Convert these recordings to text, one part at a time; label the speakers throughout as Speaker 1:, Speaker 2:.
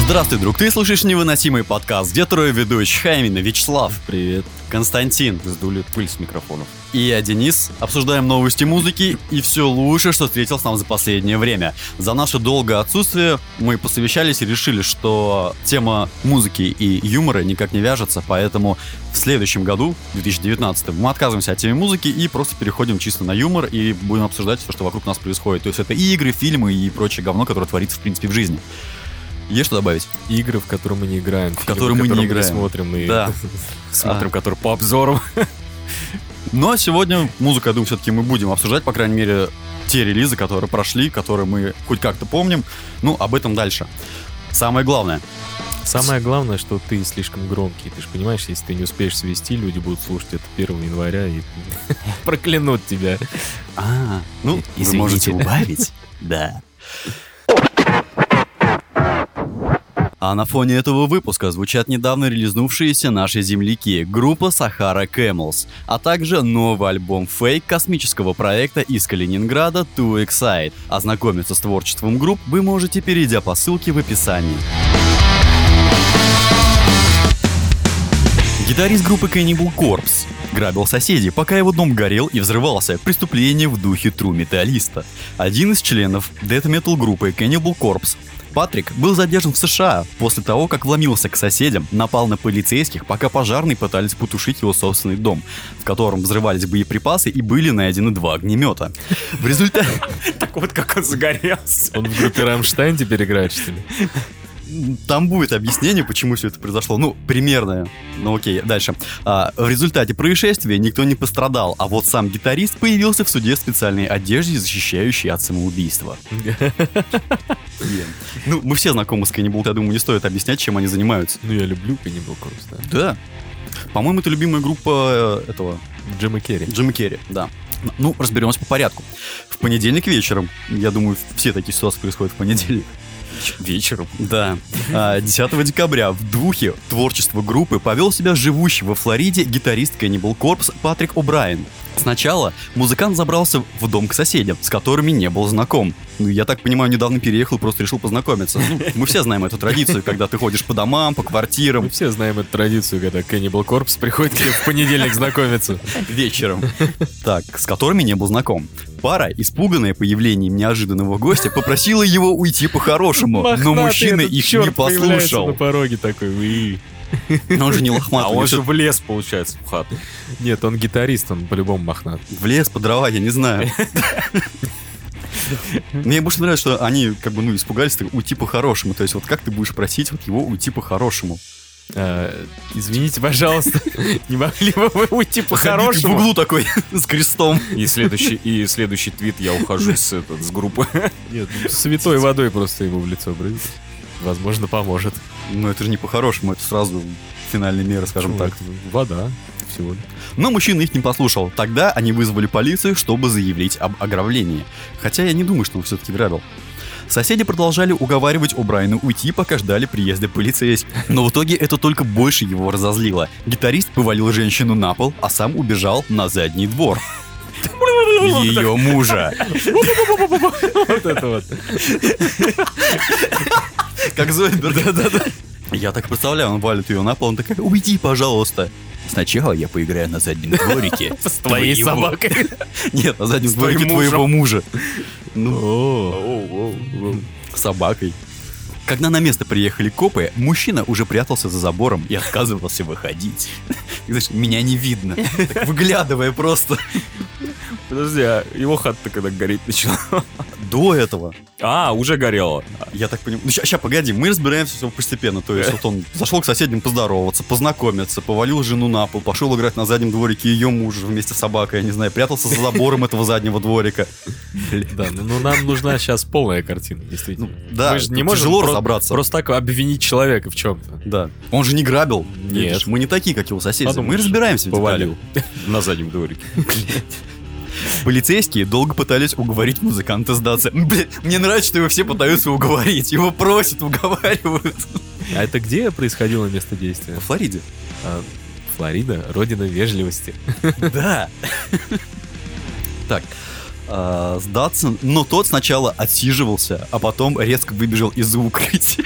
Speaker 1: Здравствуй, друг. Ты слушаешь невыносимый подкаст, где трое ведущих Хаймин и Вячеслав,
Speaker 2: Привет.
Speaker 1: Константин
Speaker 2: Сдули пыль с микрофонов.
Speaker 1: и я, Денис. Обсуждаем новости музыки и все лучшее, что встретилось нам за последнее время. За наше долгое отсутствие мы посовещались и решили, что тема музыки и юмора никак не вяжется, поэтому в следующем году, 2019, мы отказываемся от темы музыки и просто переходим чисто на юмор и будем обсуждать все, что вокруг нас происходит. То есть это и игры, фильмы и прочее говно, которое творится, в принципе, в жизни. Есть что добавить?
Speaker 3: Игры, в которые мы не играем. А. фильмы,
Speaker 1: которые мы не
Speaker 3: которые
Speaker 1: играем.
Speaker 3: смотрим. И...
Speaker 1: Да.
Speaker 2: Смотрим, который по обзорам.
Speaker 1: Но Ну, а сегодня музыку, я думаю, все-таки мы будем обсуждать, по крайней мере, те релизы, которые прошли, которые мы хоть как-то помним. Ну, об этом дальше. Самое главное.
Speaker 3: Самое главное, что ты слишком громкий. Ты же понимаешь, если ты не успеешь свести, люди будут слушать это 1 января и проклянут тебя.
Speaker 1: А, ну,
Speaker 3: Извините.
Speaker 1: убавить? Да. А на фоне этого выпуска звучат недавно релизнувшиеся наши земляки группа Сахара Camels, а также новый альбом фейк космического проекта из Калининграда Two Excite. Ознакомиться с творчеством групп вы можете, перейдя по ссылке в описании. Гитарист группы Cannibal Corpse грабил соседей, пока его дом горел и взрывался. Преступление в духе тру металлиста. Один из членов дет метал группы Cannibal Corpse Патрик был задержан в США после того, как вломился к соседям, напал на полицейских, пока пожарные пытались потушить его собственный дом, в котором взрывались боеприпасы и были найдены два огнемета. В результате...
Speaker 2: Так вот, как он загорелся.
Speaker 3: Он в группе Рамштайн теперь играет, что ли?
Speaker 1: Там будет объяснение, почему все это произошло. Ну, примерное. Ну, окей, дальше. А, в результате происшествия никто не пострадал, а вот сам гитарист появился в суде в специальной одежде, защищающей от самоубийства. Блин. Ну, мы все знакомы с Каннибалт, я думаю, не стоит объяснять, чем они занимаются.
Speaker 3: Ну, я люблю Каннибал Корпс, да.
Speaker 1: Да. По-моему, это любимая группа э, этого
Speaker 3: Джима Керри.
Speaker 1: Джима Керри, да. Ну, разберемся по порядку. В понедельник вечером, я думаю, все такие ситуации происходят в понедельник,
Speaker 2: Вечером.
Speaker 1: да. А, 10 декабря в духе творчества группы повел себя живущий во Флориде гитарист Cannibal Corpse Патрик О'Брайен. Сначала музыкант забрался в дом к соседям, с которыми не был знаком. Ну, я так понимаю, недавно переехал и просто решил познакомиться. Ну, мы все знаем эту традицию, когда ты ходишь по домам, по квартирам,
Speaker 3: Мы все знаем эту традицию, когда Каннибал Корпс приходит к тебе в понедельник знакомиться.
Speaker 1: вечером, так, с которыми не был знаком. Пара, испуганная появлением неожиданного гостя, попросила его уйти по-хорошему, но мужчина их не
Speaker 3: на
Speaker 1: послушал.
Speaker 3: пороге такой. «Уи».
Speaker 1: Но он же не
Speaker 2: А
Speaker 1: лохматый,
Speaker 2: он
Speaker 1: он
Speaker 2: же
Speaker 1: же
Speaker 2: в лес, получается, в хату.
Speaker 3: Нет, он гитарист, он по-любому мохнат.
Speaker 1: в лес по дрова, я не знаю. Мне больше нравится, что они как бы, ну, испугались, так, уйти по-хорошему. То есть вот как ты будешь просить вот его уйти по-хорошему?
Speaker 3: А, Извините, пожалуйста, не могли бы вы уйти
Speaker 1: Забитый В
Speaker 3: по-хорошему?
Speaker 1: углу такой, с крестом.
Speaker 2: И следующий, и следующий твит я ухожу с, этот, с группы.
Speaker 3: Нет, ну, святой водой просто его в лицо брызг. Возможно, поможет.
Speaker 1: Ну, это же не по-хорошему, это сразу финальные меры, скажем так.
Speaker 3: Вода всего лишь.
Speaker 1: Но мужчина их не послушал. Тогда они вызвали полицию, чтобы заявить об ограблении. Хотя я не думаю, что он все-таки грабил. Соседи продолжали уговаривать О'Брайена уйти, пока ждали приезда полицейских. Но в итоге это только больше его разозлило. Гитарист повалил женщину на пол, а сам убежал на задний двор. Ее мужа.
Speaker 3: Вот это вот.
Speaker 1: Как Зольберг. Я так представляю, он валит ее на пол, он такая, уйди, пожалуйста. Сначала я поиграю на заднем дворике. С
Speaker 2: твоей собакой.
Speaker 1: Нет, на заднем
Speaker 2: твоим
Speaker 1: дворике
Speaker 2: мужем.
Speaker 1: твоего мужа. Ну,
Speaker 3: О,
Speaker 1: с собакой. Когда на место приехали копы, мужчина уже прятался за забором и отказывался выходить. И, Знаешь, меня не видно. Так выглядывая просто.
Speaker 2: Подожди, а его хата-то когда гореть начала?
Speaker 1: До этого.
Speaker 2: А, уже горело.
Speaker 1: Я так понимаю. Ну, сейчас, погоди, мы разбираемся все постепенно. То есть, вот он зашел к соседям поздороваться, познакомиться, повалил жену на пол, пошел играть на заднем дворике ее мужа вместе с собакой, я не знаю, прятался за забором этого заднего дворика.
Speaker 3: да, ну, ну нам нужна сейчас полная картина,
Speaker 1: Ну,
Speaker 3: действительно.
Speaker 1: да,
Speaker 3: Мы же не можем
Speaker 1: тяжело
Speaker 3: про-
Speaker 1: разобраться.
Speaker 3: просто так обвинить человека в чем-то.
Speaker 1: Да. Он же не грабил.
Speaker 3: Нет.
Speaker 1: Видишь, Мы не такие, как его соседи. Мы
Speaker 3: Подумаешь,
Speaker 1: разбираемся в деталях.
Speaker 3: повалил.
Speaker 2: На заднем дворике.
Speaker 1: Полицейские долго пытались уговорить музыканта сдаться. Блин, мне нравится, что его все пытаются уговорить. Его просят, уговаривают.
Speaker 3: А это где происходило место действия?
Speaker 1: Во Флориде?
Speaker 3: А, Флорида, родина вежливости.
Speaker 1: Да. Так. а, Сдаться, но тот сначала отсиживался, а потом резко выбежал из-за укрытия.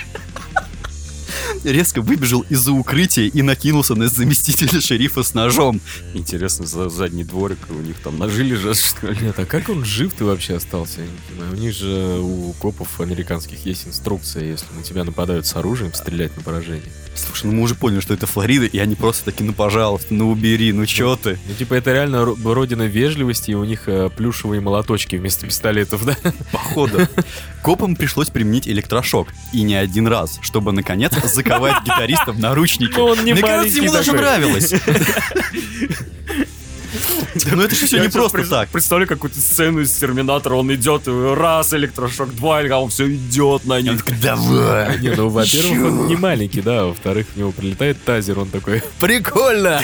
Speaker 1: резко выбежал из-за укрытия и накинулся на заместителя шерифа с ножом.
Speaker 2: Интересно, за задний дворик у них там ножи лежат, что ли?
Speaker 3: Нет, а как он жив ты вообще остался? Я не понимаю. У них же у копов американских есть инструкция, если на тебя нападают с оружием, стрелять на поражение.
Speaker 1: Слушай, ну мы уже поняли, что это Флорида, и они просто такие, ну пожалуйста, ну убери, ну чё ты?
Speaker 3: Ну, типа, это реально ро- родина вежливости, и у них э, плюшевые молоточки вместо пистолетов, да?
Speaker 1: Походу. Копам пришлось применить электрошок, и не один раз, чтобы наконец заковать гитариста в наручники.
Speaker 3: Ну, он не
Speaker 1: Мне кажется,
Speaker 3: маленький
Speaker 1: ему даже
Speaker 3: такой.
Speaker 1: нравилось. Ну это же все
Speaker 2: Я
Speaker 1: не
Speaker 2: сейчас
Speaker 1: просто
Speaker 2: през-
Speaker 1: так.
Speaker 2: Представлю какую-то сцену из Терминатора, он идет, и раз, электрошок, два, а он все идет на
Speaker 1: Я
Speaker 2: них.
Speaker 1: такой, давай.
Speaker 3: Не, ну, во-первых, он не маленький, да, а во-вторых, в него прилетает тазер, он такой,
Speaker 1: Прикольно!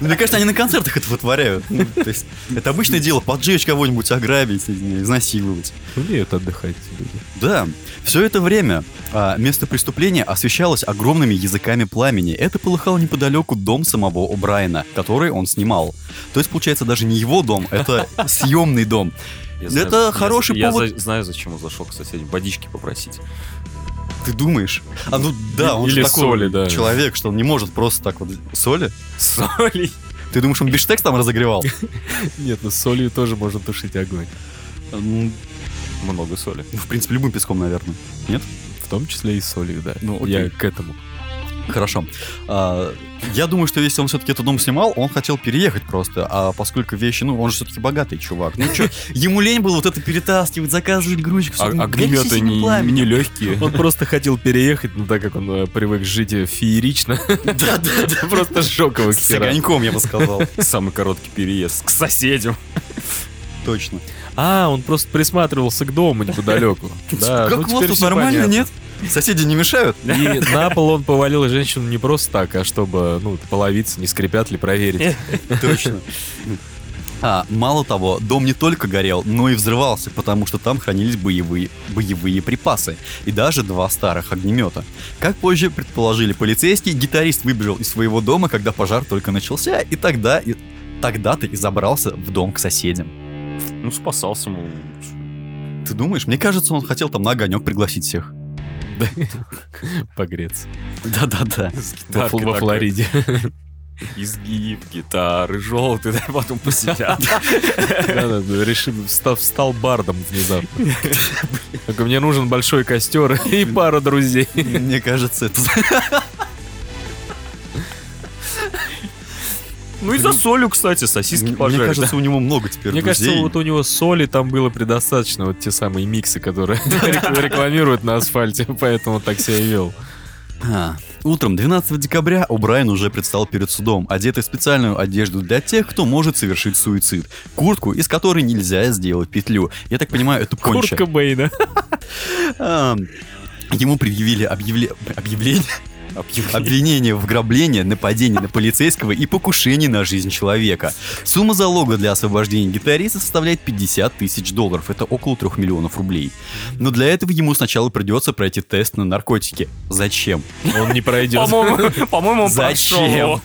Speaker 1: Мне кажется, они на концертах это вытворяют. Ну, То есть, это обычное дело, поджечь кого-нибудь, ограбить, не знаю, изнасиловать.
Speaker 3: умеют отдыхать.
Speaker 1: Да, все это время а, место преступления освещалось огромными языками пламени. Это полыхал неподалеку дом самого О'Брайена, который он снимал. То есть, получается, даже не его дом, это съемный дом.
Speaker 2: Я
Speaker 1: Это хороший
Speaker 2: я
Speaker 1: повод-
Speaker 2: за- знаю, зачем он зашел к соседям. Водички попросить.
Speaker 1: Ты думаешь? А ну да, он
Speaker 3: Или
Speaker 1: же такой
Speaker 3: соли, да.
Speaker 1: человек, что он не может просто так вот... Соли?
Speaker 2: Соли.
Speaker 1: Ты думаешь, он биштекс там разогревал?
Speaker 3: Нет, ну с солью тоже можно тушить огонь.
Speaker 1: Ну,
Speaker 2: Много соли.
Speaker 1: в принципе, любым песком, наверное.
Speaker 3: В том числе и с солью, да.
Speaker 1: Ну, окей.
Speaker 3: Я к этому.
Speaker 1: Хорошо. А, я думаю, что если он все-таки этот дом снимал, он хотел переехать просто. А поскольку вещи, ну, он же все-таки богатый чувак. Ну что, ему лень было вот это перетаскивать, заказывать грузчик. всё. Ну, горячись этим пламенем.
Speaker 2: легкие.
Speaker 3: Он просто хотел переехать, но так как он э, привык жить э, феерично,
Speaker 1: Да-да-да.
Speaker 3: просто шоковых
Speaker 1: С огоньком, я бы сказал.
Speaker 2: Самый короткий переезд к соседям.
Speaker 1: Точно.
Speaker 3: А, он просто присматривался к дому неподалеку. Да, ну
Speaker 1: Как у вас
Speaker 3: теперь
Speaker 1: тут
Speaker 3: всё
Speaker 1: нормально,
Speaker 3: понятно.
Speaker 1: нет? Соседи не мешают?
Speaker 3: И на пол он повалил женщину не просто так, а чтобы, ну, половицы не скрипят ли проверить.
Speaker 1: Точно. А, мало того, дом не только горел, но и взрывался, потому что там хранились боевые, боевые припасы и даже два старых огнемета. Как позже предположили полицейские, гитарист выбежал из своего дома, когда пожар только начался, и тогда и тогда-то и забрался в дом к соседям.
Speaker 2: Ну, спасался, мол.
Speaker 1: Ты думаешь? Мне кажется, он хотел там на огонек пригласить всех.
Speaker 3: Да. Погреться.
Speaker 1: Да-да-да.
Speaker 3: Во
Speaker 2: Во- во
Speaker 3: во Флориде.
Speaker 2: Изгиб, гитары, желтый, да, потом посидят.
Speaker 3: Да-да, да, Решил, вста- встал бардом внезапно. Только мне нужен большой костер и пара друзей.
Speaker 1: Мне кажется, это...
Speaker 2: Ну и за солью, кстати, сосиски
Speaker 1: Мне
Speaker 2: пожарили.
Speaker 1: кажется, у него много теперь
Speaker 3: Мне кажется,
Speaker 1: друзей.
Speaker 3: вот у него соли там было предостаточно, вот те самые миксы, которые рек- рекламируют на асфальте, поэтому так себя и вел.
Speaker 1: А, Утром 12 декабря О'Брайен уже предстал перед судом, одетый в специальную одежду для тех, кто может совершить суицид. Куртку, из которой нельзя сделать петлю. Я так понимаю, это понча.
Speaker 3: Куртка Бэйна.
Speaker 1: А, Ему предъявили объявле- объявление, обвинение в граблении, нападении на полицейского и покушении на жизнь человека. Сумма залога для освобождения гитариста составляет 50 тысяч долларов, это около 3 миллионов рублей. Но для этого ему сначала придется пройти тест на наркотики. Зачем?
Speaker 3: Он не пройдет.
Speaker 2: По-моему, по-моему, он прошел
Speaker 1: Зачем?
Speaker 2: его.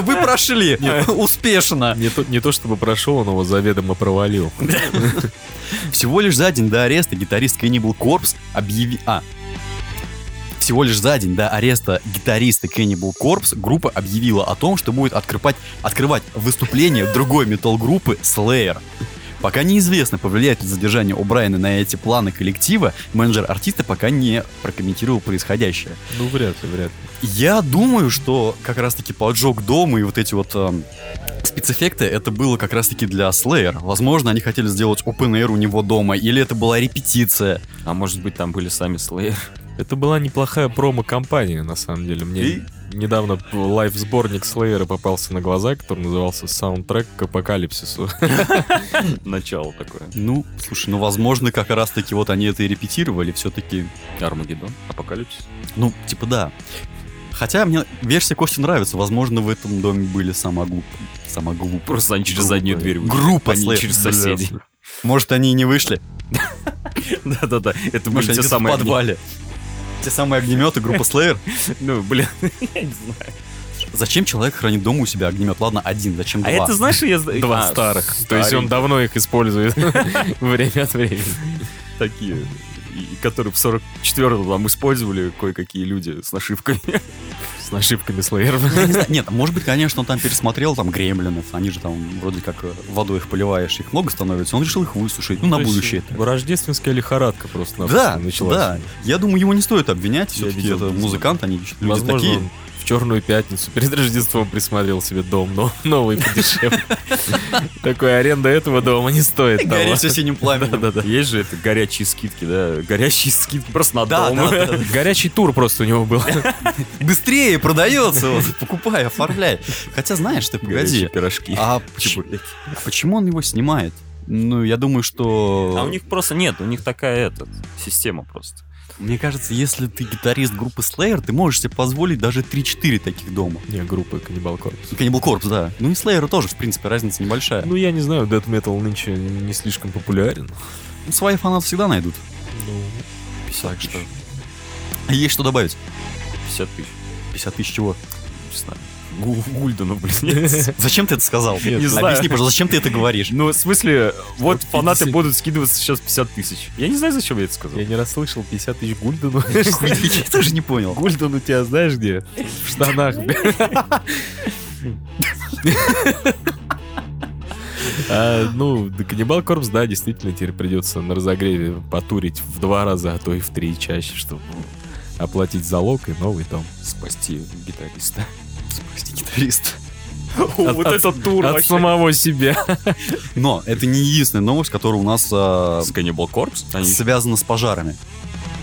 Speaker 1: Вы прошли успешно.
Speaker 3: Не то, не то чтобы прошел, он его заведомо провалил.
Speaker 1: Всего лишь за день до ареста гитарист Cannibal Corpse объяви... А, всего лишь за день до ареста гитариста Cannibal Corpse группа объявила о том, что будет открывать, открывать выступление другой метал-группы Slayer. Пока неизвестно, повлияет ли задержание О'Брайена на эти планы коллектива, менеджер артиста пока не прокомментировал происходящее.
Speaker 3: Ну, вряд ли, вряд ли.
Speaker 1: Я думаю, что как раз-таки поджог дома и вот эти вот эм, спецэффекты, это было как раз-таки для Slayer. Возможно, они хотели сделать open air у него дома, или это была репетиция.
Speaker 2: А может быть, там были сами слои.
Speaker 3: Это была неплохая промо-компания, на самом деле. Мне
Speaker 1: И-
Speaker 3: недавно лайв-сборник Слеера попался на глаза, который назывался «Саундтрек к апокалипсису».
Speaker 2: Начало такое.
Speaker 1: Ну, слушай, ну, возможно, как раз-таки вот они это и репетировали все-таки.
Speaker 2: Армагеддон, апокалипсис.
Speaker 1: Ну, типа да. Хотя мне версия Кости нравится. Возможно, в этом доме были сама глуп... Сама глуп-
Speaker 2: Просто они через
Speaker 1: Группа.
Speaker 2: заднюю дверь вышли.
Speaker 1: Группа
Speaker 2: Они
Speaker 1: Slayer.
Speaker 2: через соседей.
Speaker 1: Может, они и не вышли.
Speaker 2: Да-да-да, это были
Speaker 1: Может,
Speaker 2: те
Speaker 1: они где-то в
Speaker 2: самые... огни.
Speaker 1: подвале. Те самые огнеметы группа Slayer.
Speaker 2: Ну, блин, я не знаю.
Speaker 1: Зачем человек хранит дома у себя огнемет? Ладно, один, зачем
Speaker 2: А
Speaker 1: два?
Speaker 2: это, знаешь, я... зна-
Speaker 3: Два
Speaker 2: А,
Speaker 3: старых. То есть он
Speaker 2: старенькие
Speaker 3: давно их использует время от времени.
Speaker 2: Такие и- который в 44-м там использовали кое-какие люди с нашивками.
Speaker 3: С ошибками слоеров.
Speaker 1: Я не знаю, Нет, может быть, конечно, он там пересмотрел там гремлинов. Они же там вроде как э, водой их поливаешь, их много становится. Он решил их высушить, ну, на
Speaker 3: То есть,
Speaker 1: будущее.
Speaker 3: Рождественская лихорадка просто
Speaker 1: Да,
Speaker 3: началась.
Speaker 1: да. Я думаю, его не стоит обвинять.
Speaker 2: Я
Speaker 1: Все-таки
Speaker 2: видел
Speaker 1: это
Speaker 2: письма.
Speaker 1: музыканты, они люди
Speaker 3: Возможно,
Speaker 1: такие.
Speaker 3: он в черную пятницу перед Рождеством присмотрел себе дом, но новый подешевле. Такой аренда этого дома не стоит того.
Speaker 1: Горит всё синим пламенем.
Speaker 3: Да-да-да.
Speaker 2: Есть же это горячие скидки, да? Горячие скидки просто на
Speaker 1: Да,
Speaker 2: дом.
Speaker 1: да, да, да.
Speaker 3: Горячий тур просто у него был.
Speaker 1: Быстрее продается. вот, Покупай, оформляй. Хотя, знаешь, ты
Speaker 2: Горячие
Speaker 1: погоди.
Speaker 2: пирожки.
Speaker 1: А поч-
Speaker 2: Чебуреки.
Speaker 1: а почему он его снимает? Ну, я думаю, что...
Speaker 2: А у них просто нет, у них такая этот, система просто.
Speaker 1: Мне кажется, если ты гитарист группы Slayer, ты можешь себе позволить даже 3-4 таких дома.
Speaker 3: Не, группа Каннибал Корпус.
Speaker 1: Cannibal Corpse, да. Ну и Slayer тоже, в принципе, разница небольшая.
Speaker 3: Ну, я не знаю, Dead Metal нынче не слишком популярен.
Speaker 1: Ну, Свои фанаты всегда найдут.
Speaker 3: Ну,
Speaker 2: 50
Speaker 1: Так что-
Speaker 2: тысяч.
Speaker 1: Есть что добавить.
Speaker 2: 50 тысяч.
Speaker 1: 50 тысяч чего?
Speaker 2: Не знаю. Гу- Гульденов, блин.
Speaker 1: Зачем ты это сказал?
Speaker 3: Не
Speaker 1: Объясни,
Speaker 2: знаю.
Speaker 1: пожалуйста, зачем ты это говоришь?
Speaker 2: Ну, в смысле, вот фанаты
Speaker 3: 50.
Speaker 2: будут скидываться сейчас 50 тысяч. Я не знаю, зачем я это сказал.
Speaker 3: я не расслышал 50 тысяч гульдену.
Speaker 1: Я тоже не понял.
Speaker 3: Гульден у тебя знаешь где? В штанах. бля. А, ну, да, Каннибал Корпс, да, действительно, теперь придется на разогреве потурить в два раза, а то и в три чаще, чтобы оплатить залог и новый дом.
Speaker 2: Спасти гитариста.
Speaker 1: Спасти, гитарист.
Speaker 2: О, Вот
Speaker 3: От-
Speaker 2: это тур
Speaker 3: От
Speaker 2: вообще.
Speaker 3: самого себя.
Speaker 1: Но это не единственная новость, которая у нас а,
Speaker 2: С Cannibal Corpse? Они-
Speaker 1: связана с пожарами.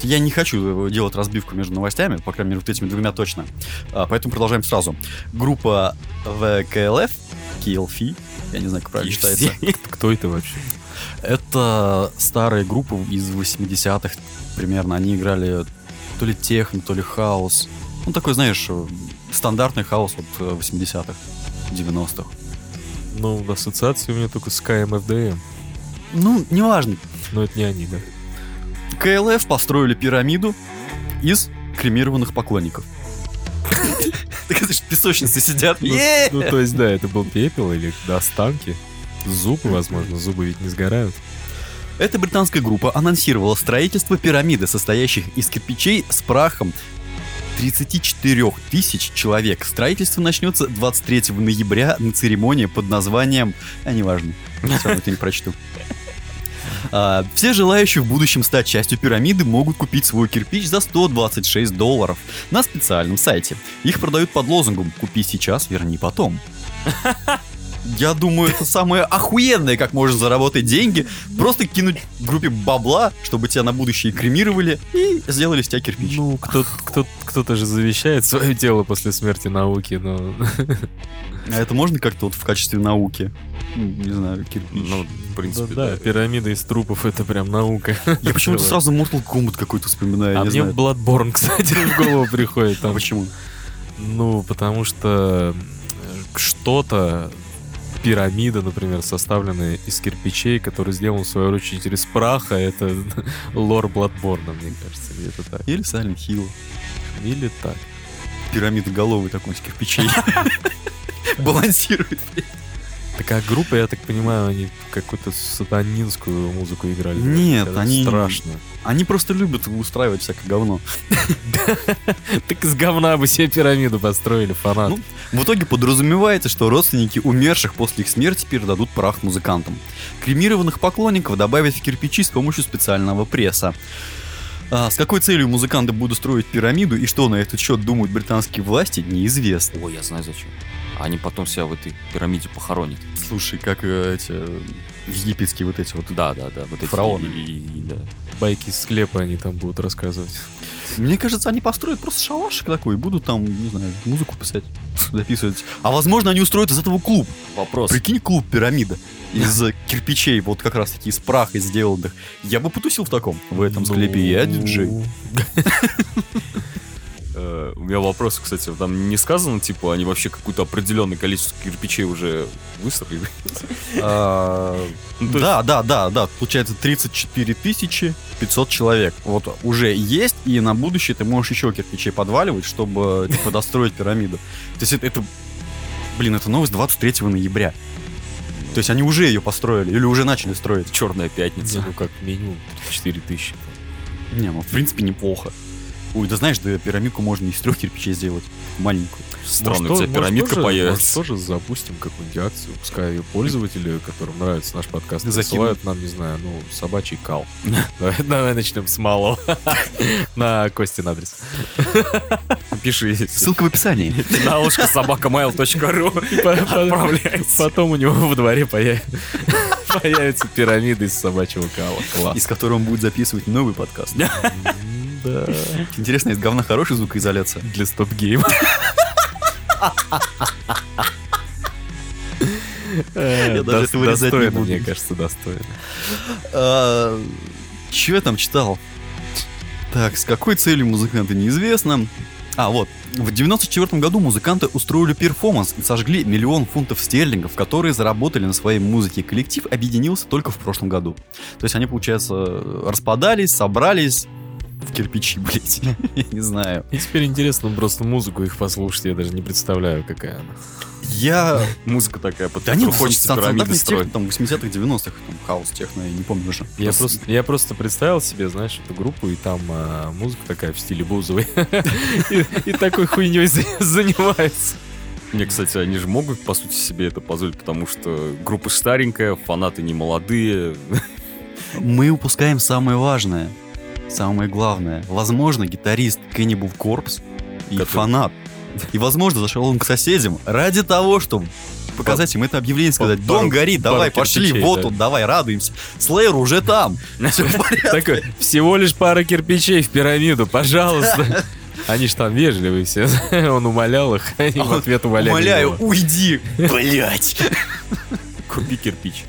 Speaker 1: Я не хочу э, делать разбивку между новостями, по крайней мере, вот этими двумя точно. А, Поэтому продолжаем сразу. Группа ВКЛФ, KLF, я не знаю, как правильно
Speaker 2: И
Speaker 1: читается.
Speaker 2: все.
Speaker 3: Кто это вообще?
Speaker 1: Это старые группы из 80-х примерно. Они играли то ли техно, то ли хаос. Ну, такой, знаешь, э, стандартный хаос от э, 80-х, 90-х.
Speaker 3: Ну, в ассоциации у меня только с КМФДМ.
Speaker 1: Ну, неважно.
Speaker 3: Но это не они, да.
Speaker 1: КЛФ построили пирамиду из кремированных поклонников. Так это ж песочницы сидят.
Speaker 3: Ну,
Speaker 1: Е!
Speaker 3: Ну, то есть, да, это был пепел или да, останки. Зубы, возможно, зубы ведь не сгорают.
Speaker 1: Эта британская группа анонсировала строительство пирамиды, состоящих из кирпичей с прахом 34 тысяч человек. Строительство начнется 23 ноября на церемонии под названием... А, неважно, все равно это не прочту. А, все желающие в будущем стать частью пирамиды могут купить свой кирпич за 126 долларов на специальном сайте. Их продают под лозунгом «Купи сейчас, верни потом». Я думаю, это самое охуенное, как можно заработать деньги. Просто кинуть группе бабла, чтобы тебя на будущее кремировали и сделали с тебя кирпич.
Speaker 3: Ну, кто- кто- кто-то же завещает свое дело после смерти науки, но...
Speaker 1: А это можно как-то вот в качестве науки? М, Не знаю, кирпич.
Speaker 2: Ну, в принципе,
Speaker 3: Да,
Speaker 2: да.
Speaker 3: пирамида из трупов — это прям наука.
Speaker 1: я почему-то
Speaker 3: Давай.
Speaker 1: сразу Mortal Kombat какой-то вспоминаю,
Speaker 3: А
Speaker 1: не
Speaker 3: мне
Speaker 1: знаю.
Speaker 3: Bloodborne, кстати, в голову приходит.
Speaker 1: А
Speaker 3: там.
Speaker 1: почему?
Speaker 3: Ну, потому что э, что-то пирамида, например, составленная из кирпичей, который сделан, в свою очередь, из праха, это лор Бладборна, мне кажется, где-то так.
Speaker 1: Или Silent Hill.
Speaker 3: Или так.
Speaker 1: Пирамида головы такой из кирпичей. Балансирует.
Speaker 3: Так а группа, я так понимаю, они какую-то сатанинскую музыку играли.
Speaker 1: Нет,
Speaker 3: Это
Speaker 1: они-
Speaker 3: Страшно.
Speaker 1: Они просто любят устраивать всякое говно.
Speaker 3: Так из говна бы себе пирамиду построили, фанат.
Speaker 1: Ну, В итоге подразумевается, что родственники умерших после их смерти передадут прах музыкантам. Кремированных поклонников добавят в кирпичи с помощью специального пресса. А с какой целью музыканты будут строить пирамиду и что на этот счет думают британские власти, неизвестно.
Speaker 2: Ой, я знаю зачем. А Они потом себя в этой пирамиде похоронят.
Speaker 1: Слушай, как э, эти э, египетские вот эти вот...
Speaker 2: Да, да, да. Вот эти
Speaker 1: Фараоны.
Speaker 2: и- и- и- да.
Speaker 3: Байки из склепа они там будут рассказывать.
Speaker 1: Мне кажется, они построят просто шалашик такой и будут там, не знаю, музыку писать, записывать. А возможно, они устроят из этого клуб.
Speaker 2: Вопрос.
Speaker 1: Прикинь, клуб пирамида из э, кирпичей, вот как раз таки из праха сделанных. Я бы потусил в таком. В этом склепе
Speaker 3: Ну,
Speaker 1: я диджей.
Speaker 2: Э, У меня вопрос, кстати, там не сказано, типа, они вообще какое-то определенное количество кирпичей уже выстроили.
Speaker 1: А,
Speaker 2: Ну, то
Speaker 1: Да, да, да, да. Получается 34 тысячи 500 человек. Вот уже есть, и на будущее ты можешь еще кирпичей подваливать, чтобы типа, достроить пирамиду. То есть это, это- блин, это новость 23 ноября. То есть они уже ее построили или уже начали строить.
Speaker 2: Черная пятница.
Speaker 3: Ну как минимум 4 тысячи.
Speaker 1: Не, ну, в принципе, неплохо. Ой, да знаешь, да пирамидку можно из трех кирпичей сделать. Маленькую.
Speaker 2: Странно, у
Speaker 3: Может,
Speaker 2: тебя
Speaker 3: то-
Speaker 2: пирамидка
Speaker 3: может, тоже-
Speaker 2: появится.
Speaker 3: Может, тоже запустим какую-нибудь акцию, пускай пользователи, которым нравится наш подкаст,
Speaker 1: Закинут.
Speaker 3: засылают нам, не знаю, ну, собачий кал. Давай- Давай начнем с малого. На Костин адрес.
Speaker 2: Пиши.
Speaker 1: Ссылка в описании.
Speaker 2: На ушко собака отправляется.
Speaker 3: Потом у него во дворе поя- появится пирамида из собачьего кала. Класс.
Speaker 1: Из которого он будет записывать новый подкаст.
Speaker 3: Да.
Speaker 1: Интересно, из говна хорошая звукоизоляция?
Speaker 3: Для стоп-гейма.
Speaker 1: Я даже это вырезать не буду.
Speaker 3: Э, мне кажется, достойно.
Speaker 1: А, Чё я там читал? Так, с какой целью музыканты неизвестно. А, вот. В 94 году музыканты устроили перформанс и сожгли миллион фунтов стерлингов, которые заработали на своей музыке. Коллектив объединился только в прошлом году. То есть они, получается, распадались, собрались в кирпичи, блядь. Я не знаю.
Speaker 3: И теперь интересно просто музыку их послушать, я даже не представляю, какая она.
Speaker 1: Я...
Speaker 2: Музыка такая, под
Speaker 1: Да нет,
Speaker 2: которую хочется пирамиды строить.
Speaker 1: там 80-х, 90-х, там хаос техно, я не помню уже.
Speaker 3: Я просто, я просто представил себе, знаешь, эту группу, и там а, музыка такая в стиле Бузовой. И- И такой хуйней занимается.
Speaker 2: Мне, кстати, они же могут, по сути, себе это позволить, потому что группа старенькая, фанаты не молодые.
Speaker 1: Мы упускаем самое важное, самое главное. Возможно, гитарист Cannibal Корпс и
Speaker 2: Который-
Speaker 1: фанат. И, возможно, зашел он к соседям ради того, чтобы показать им это объявление, сказать,
Speaker 3: пару-
Speaker 1: дом горит,
Speaker 3: пару
Speaker 1: давай, пошли,
Speaker 3: кирпичей,
Speaker 1: вот
Speaker 3: да.
Speaker 1: он, давай, радуемся. Слэйр уже там. Все в порядке.
Speaker 3: Такой, всего лишь пара кирпичей в пирамиду, пожалуйста. Они же там вежливые все. Он умолял их, они в
Speaker 1: А он,
Speaker 3: ответ умоляли
Speaker 1: Умоляю,
Speaker 3: его.
Speaker 1: уйди, блять.
Speaker 2: Купи кирпич.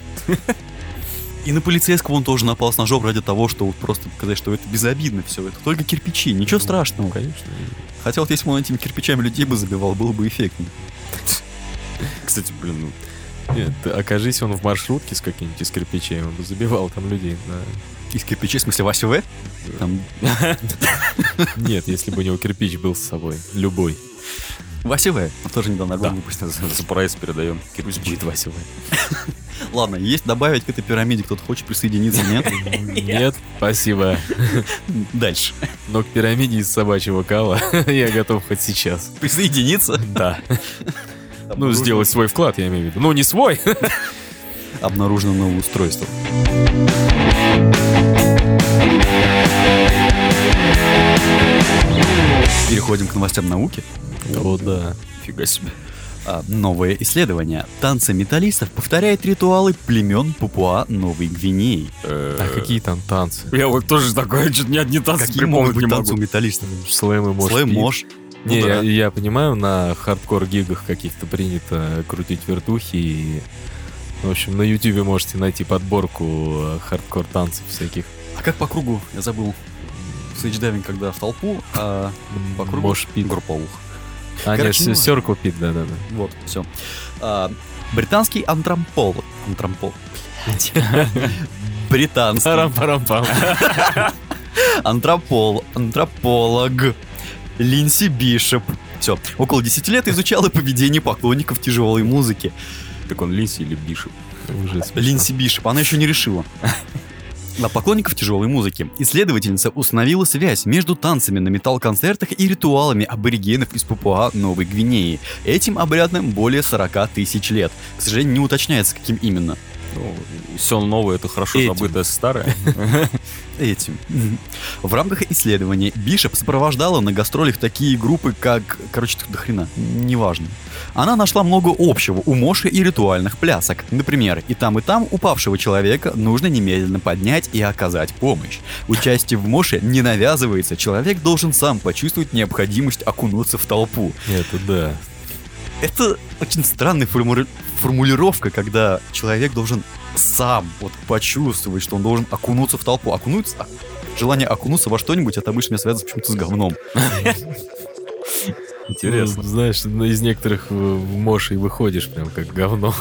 Speaker 1: И на полицейского он тоже напал с ножом ради того, что вот просто показать, что это безобидно все. Это только кирпичи, ничего страшного.
Speaker 3: Конечно.
Speaker 1: Хотя вот если бы он этими кирпичами людей бы забивал, было бы эффектнее.
Speaker 2: Кстати, блин, ну,
Speaker 3: Нет, окажись он в маршрутке с каким-нибудь из кирпичей, он бы забивал там людей. да.
Speaker 1: Из кирпичей, в смысле, Вася В? Там,
Speaker 3: Нет, если бы у него кирпич был с собой, любой.
Speaker 1: Вася В. Он тоже недавно альбом
Speaker 2: Да.
Speaker 1: выпустил.
Speaker 2: Сюрприз передаем.
Speaker 3: Пусть будет Вася В.
Speaker 1: Ладно, есть добавить к этой пирамиде, кто-то хочет присоединиться, нет?
Speaker 3: Нет, спасибо.
Speaker 1: Дальше.
Speaker 3: Но к пирамиде из собачьего кала я готов хоть сейчас.
Speaker 1: Присоединиться?
Speaker 3: Да. Ну, сделать свой вклад, я имею в виду. Ну, не свой.
Speaker 1: Обнаружено новое устройство. Переходим к новостям науки.
Speaker 3: О, да.
Speaker 2: Фига себе.
Speaker 1: А, Новое исследование. Танцы металлистов повторяют ритуалы племен Папуа Новой Гвинеи.
Speaker 3: А какие там танцы?
Speaker 2: Э, Я вот тоже такой, что ни одни танцы
Speaker 1: Какие могут
Speaker 2: припомнить
Speaker 1: быть
Speaker 2: не
Speaker 1: танцы у
Speaker 2: могу.
Speaker 1: металлистов?
Speaker 3: Слэм и мош.
Speaker 1: Слэм,
Speaker 3: пит.
Speaker 1: Мош. Ну
Speaker 3: Не,
Speaker 1: да.
Speaker 3: я, я понимаю, на хардкор-гигах каких-то принято крутить вертухи и... В общем, на ютубе можете найти подборку э, хардкор-танцев всяких.
Speaker 1: А как по кругу? Я забыл. Сейдждайвинг, когда в толпу, а по кругу
Speaker 3: Мош пит.
Speaker 1: групповых.
Speaker 3: А, нет,
Speaker 1: Короче, не важно.
Speaker 3: Circle пит, да-да-да.
Speaker 1: Вот, все. британский антромполог. Антромпол. Британский
Speaker 3: Парам-парам-пам.
Speaker 1: антропол, антрополог Линси Бишоп. Все. Около 10 лет изучала поведение поклонников тяжелой музыки.
Speaker 2: Так он Линси или Бишоп?
Speaker 3: Уже смешно.
Speaker 1: Линси Бишоп, она еще не решила. На поклонников тяжелой музыки исследовательница установила связь между танцами на металл-концертах и ритуалами аборигенов из Папуа Новой Гвинеи. Этим обрядам более 40 тысяч лет. К сожалению, не уточняется, каким именно.
Speaker 2: все Ну, новое, это хорошо
Speaker 3: Этим.
Speaker 2: забытое старое.
Speaker 1: Этим. Мгм. В рамках исследования Бишоп сопровождала на гастролях такие группы, как... Короче, тут до хрена. Неважно. Она нашла много общего у моши и ритуальных плясок. Например, и там, и там упавшего человека нужно немедленно поднять и оказать помощь. Участие в моше не навязывается, человек должен сам почувствовать необходимость окунуться в толпу.
Speaker 3: Это да.
Speaker 1: Это очень странная формули- формулировка, когда человек должен сам вот почувствовать, что он должен окунуться в толпу. Окунуться? а, Желание окунуться во что-нибудь, это обычно меня связано почему-то с говном.
Speaker 2: Интересно.
Speaker 3: Ну, знаешь, ну, из некоторых э, в Мош и выходишь прям как говно.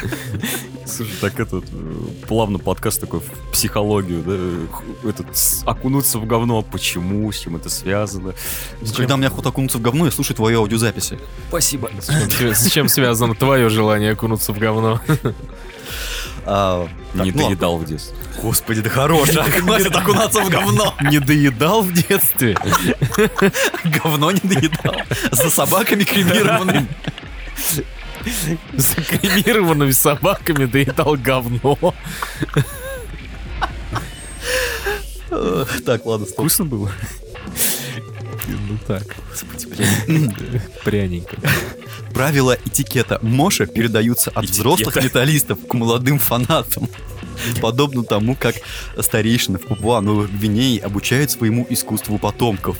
Speaker 2: Слушай, так этот э, плавно подкаст такой в психологию, да, э, х- этот с- окунуться в говно, почему, с чем это связано. С чем-
Speaker 1: Когда мне охота окунуться в говно, я слушаю твои аудиозаписи.
Speaker 3: С чем- С чем связано твое желание окунуться в говно?
Speaker 1: А, так,
Speaker 2: Не
Speaker 1: ну ладно.
Speaker 2: доедал в детстве.
Speaker 1: Господи, да хорош, а, хватит окунаться в говно.
Speaker 3: Не доедал в детстве.
Speaker 1: Говно не доедал. За собаками кремированным.
Speaker 3: С кремированными собаками доедал говно.
Speaker 1: Э, Так, ладно, стоп.
Speaker 2: Вкусно было?
Speaker 3: Ну так. Пряненько.
Speaker 1: Правила этикета Моша передаются от взрослых металлистов к молодым фанатам. Подобно тому, как старейшины в Папуа-Новых Гвинеи обучают своему искусству потомков.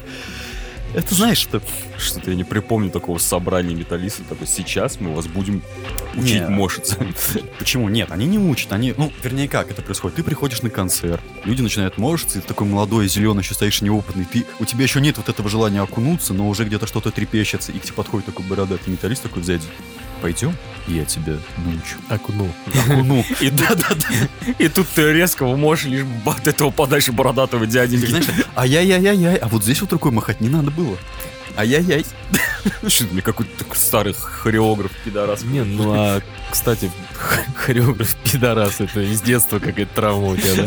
Speaker 1: Это знаешь, что...
Speaker 2: Что-то я не припомню такого собрания металлистов. Такой, сейчас мы вас будем учить
Speaker 1: Не.
Speaker 2: мошиться.
Speaker 1: Почему? Нет, они не учат, они... Ну, вернее, как это происходит? Ты приходишь на концерт, люди начинают морщиться, и ты такой молодой, зеленый, еще стоишь неопытный, ты... У тебя еще нет вот этого желания окунуться, но уже где-то что-то трепещется, и к тебе подходит такой бородатый металлист, такой, дядя, пойдем, я тебя научу.
Speaker 3: Окунул.
Speaker 1: Окуну.
Speaker 2: И да-да-да. И тут ты резко можешь лишь бы от этого подальше бородатого
Speaker 1: Ты
Speaker 2: дяденьки.
Speaker 1: знаешь, ай-яй-яй-яй, а вот здесь вот рукой махать не надо было. Ай-яй-яй.
Speaker 2: Ну, Что-то мне какой-то такой старый хореограф пидорас.
Speaker 3: Не, ну а, кстати, х- хореограф пидорас, это из детства какая-то травма у тебя,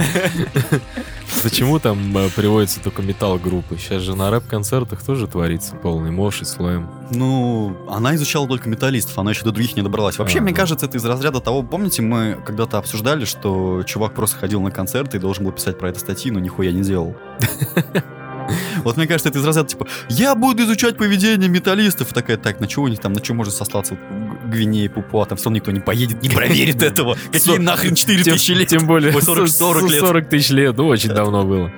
Speaker 3: да? Почему там э, приводятся только металл-группы? Сейчас же на рэп-концертах тоже творится полный мош и слэм.
Speaker 1: Ну, она изучала только металлистов, она еще до других не добралась. Вообще,
Speaker 3: А,
Speaker 1: мне
Speaker 3: ну.
Speaker 1: кажется, это из разряда того, помните, мы когда-то обсуждали, что чувак просто ходил на концерты и должен был писать про это статьи, но нихуя не делал. Вот мне кажется, это из разряда типа, я буду изучать поведение металлистов. И Такая, так, на чего у них там, на чем можно сослаться? Вот Г- Гвинея, Папуа, там все равно никто не поедет, не проверит этого. Какие
Speaker 3: Со-
Speaker 1: нахрен 4000
Speaker 3: Тем,
Speaker 1: лет?
Speaker 3: тем более
Speaker 1: Ой, 40, 40 лет.
Speaker 3: 40 тысяч лет, ну очень давно было.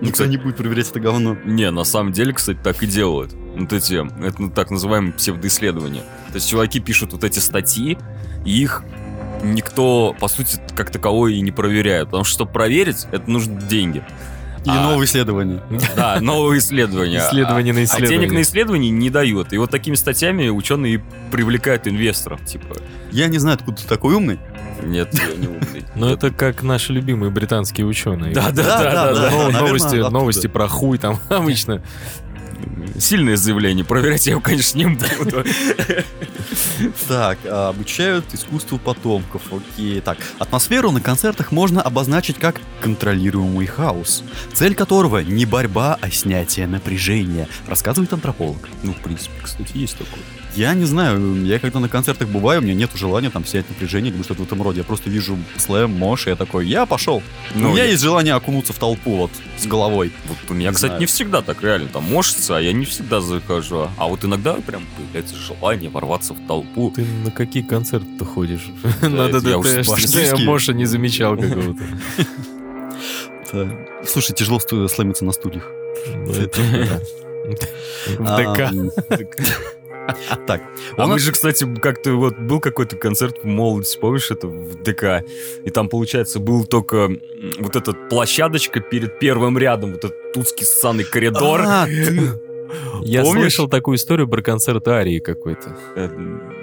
Speaker 1: Никто не будет проверять это говно.
Speaker 2: Не, на самом деле, кстати, так и делают. Вот эти, это ну, так называемые псевдоисследования. То есть чуваки пишут вот эти статьи, и их никто, по сути, как таковой и не проверяет. Потому что, чтобы проверить, это нужны деньги.
Speaker 1: И
Speaker 2: А.
Speaker 1: новые исследования.
Speaker 2: Да, новые исследования.
Speaker 3: Исследование на
Speaker 2: А денег на
Speaker 3: исследование.
Speaker 2: исследования не дают. И вот такими статьями ученые и привлекают инвесторов. Типа,
Speaker 1: Я не знаю, откуда ты такой умный.
Speaker 2: нет, я не умный.
Speaker 3: Но Ну, это как наши любимые британские ученые.
Speaker 2: Да, да,
Speaker 1: Да, да,
Speaker 2: да, да.
Speaker 3: Ну,
Speaker 1: наверное,
Speaker 3: новости,
Speaker 1: оттуда.
Speaker 3: новости про хуй там обычно.
Speaker 2: Сильное заявление. Проверять я его, конечно, не буду.
Speaker 1: Так, а, обучают искусству потомков. Окей, так. Атмосферу на концертах можно обозначить как контролируемый хаос, цель которого не борьба, а снятие напряжения, рассказывает антрополог.
Speaker 2: Ну, в принципе, кстати, есть такое.
Speaker 1: Я не знаю, я когда на концертах бываю, у меня нет желания там снять напряжение, потому что в этом роде. Я просто вижу слэм, мош, и я такой, я пошел. у меня есть желание окунуться в толпу вот с головой.
Speaker 2: Вот у меня,
Speaker 1: Не
Speaker 2: кстати,
Speaker 1: знаю.
Speaker 2: не всегда так реально там мошится, а я не всегда захожу. А вот иногда прям появляется желание ворваться в толпу.
Speaker 3: Ты на какие концерты ты ходишь? Надо,
Speaker 2: это я
Speaker 3: да,
Speaker 2: уже
Speaker 3: что я
Speaker 2: спортивский.
Speaker 3: Моша не замечал какого-то.
Speaker 1: Это- Слушай, тяжело сту- слэмиться на стульях.
Speaker 3: Ну, это да.
Speaker 1: А,
Speaker 3: В ДК.
Speaker 1: м, Так,
Speaker 2: А
Speaker 1: у
Speaker 2: мы
Speaker 1: нас-
Speaker 2: же, кстати, как-то вот был какой-то концерт в молодости, помнишь, это в ДК, и там, получается, был только м, вот эта площадочка перед первым рядом, вот этот тутский ссаный коридор.
Speaker 1: А, ты-
Speaker 3: Я
Speaker 2: Помнишь?
Speaker 3: слышал такую историю про концерт Арии какой-то.
Speaker 2: Э,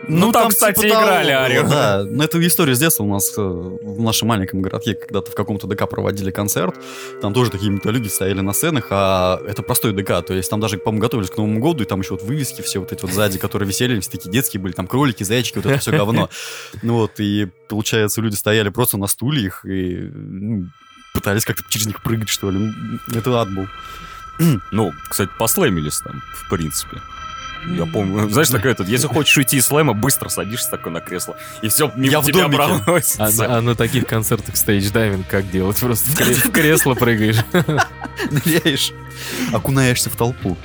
Speaker 2: Ну, там, кстати,
Speaker 1: типа того
Speaker 2: играли
Speaker 1: было,
Speaker 2: Арию.
Speaker 1: Да, но это история с детства у нас э, в нашем маленьком городке, когда-то в каком-то ДК проводили концерт, там тоже такие металлюги стояли на сценах, а это простой ДК, то есть там даже, по-моему, готовились к Новому году, и там еще вот вывески все вот эти вот сзади, которые висели, все такие детские были, там кролики, зайчики, вот это все говно. Ну вот, и получается, люди стояли просто на стульях и ну, пытались как-то через них прыгать, что ли. Ну, Это ад был.
Speaker 2: Ну, кстати, послэмились там, в принципе. Я помню, знаешь, такой этот, если хочешь уйти из слэма, быстро садишься такой на кресло, и все мимо
Speaker 1: Я в
Speaker 2: тебя
Speaker 1: домике.
Speaker 2: проносится.
Speaker 3: А, на- а на таких концертах стейдж-дайвинг как делать? Просто в кре- в кресло прыгаешь.
Speaker 1: Ныряешь, окунаешься в толпу.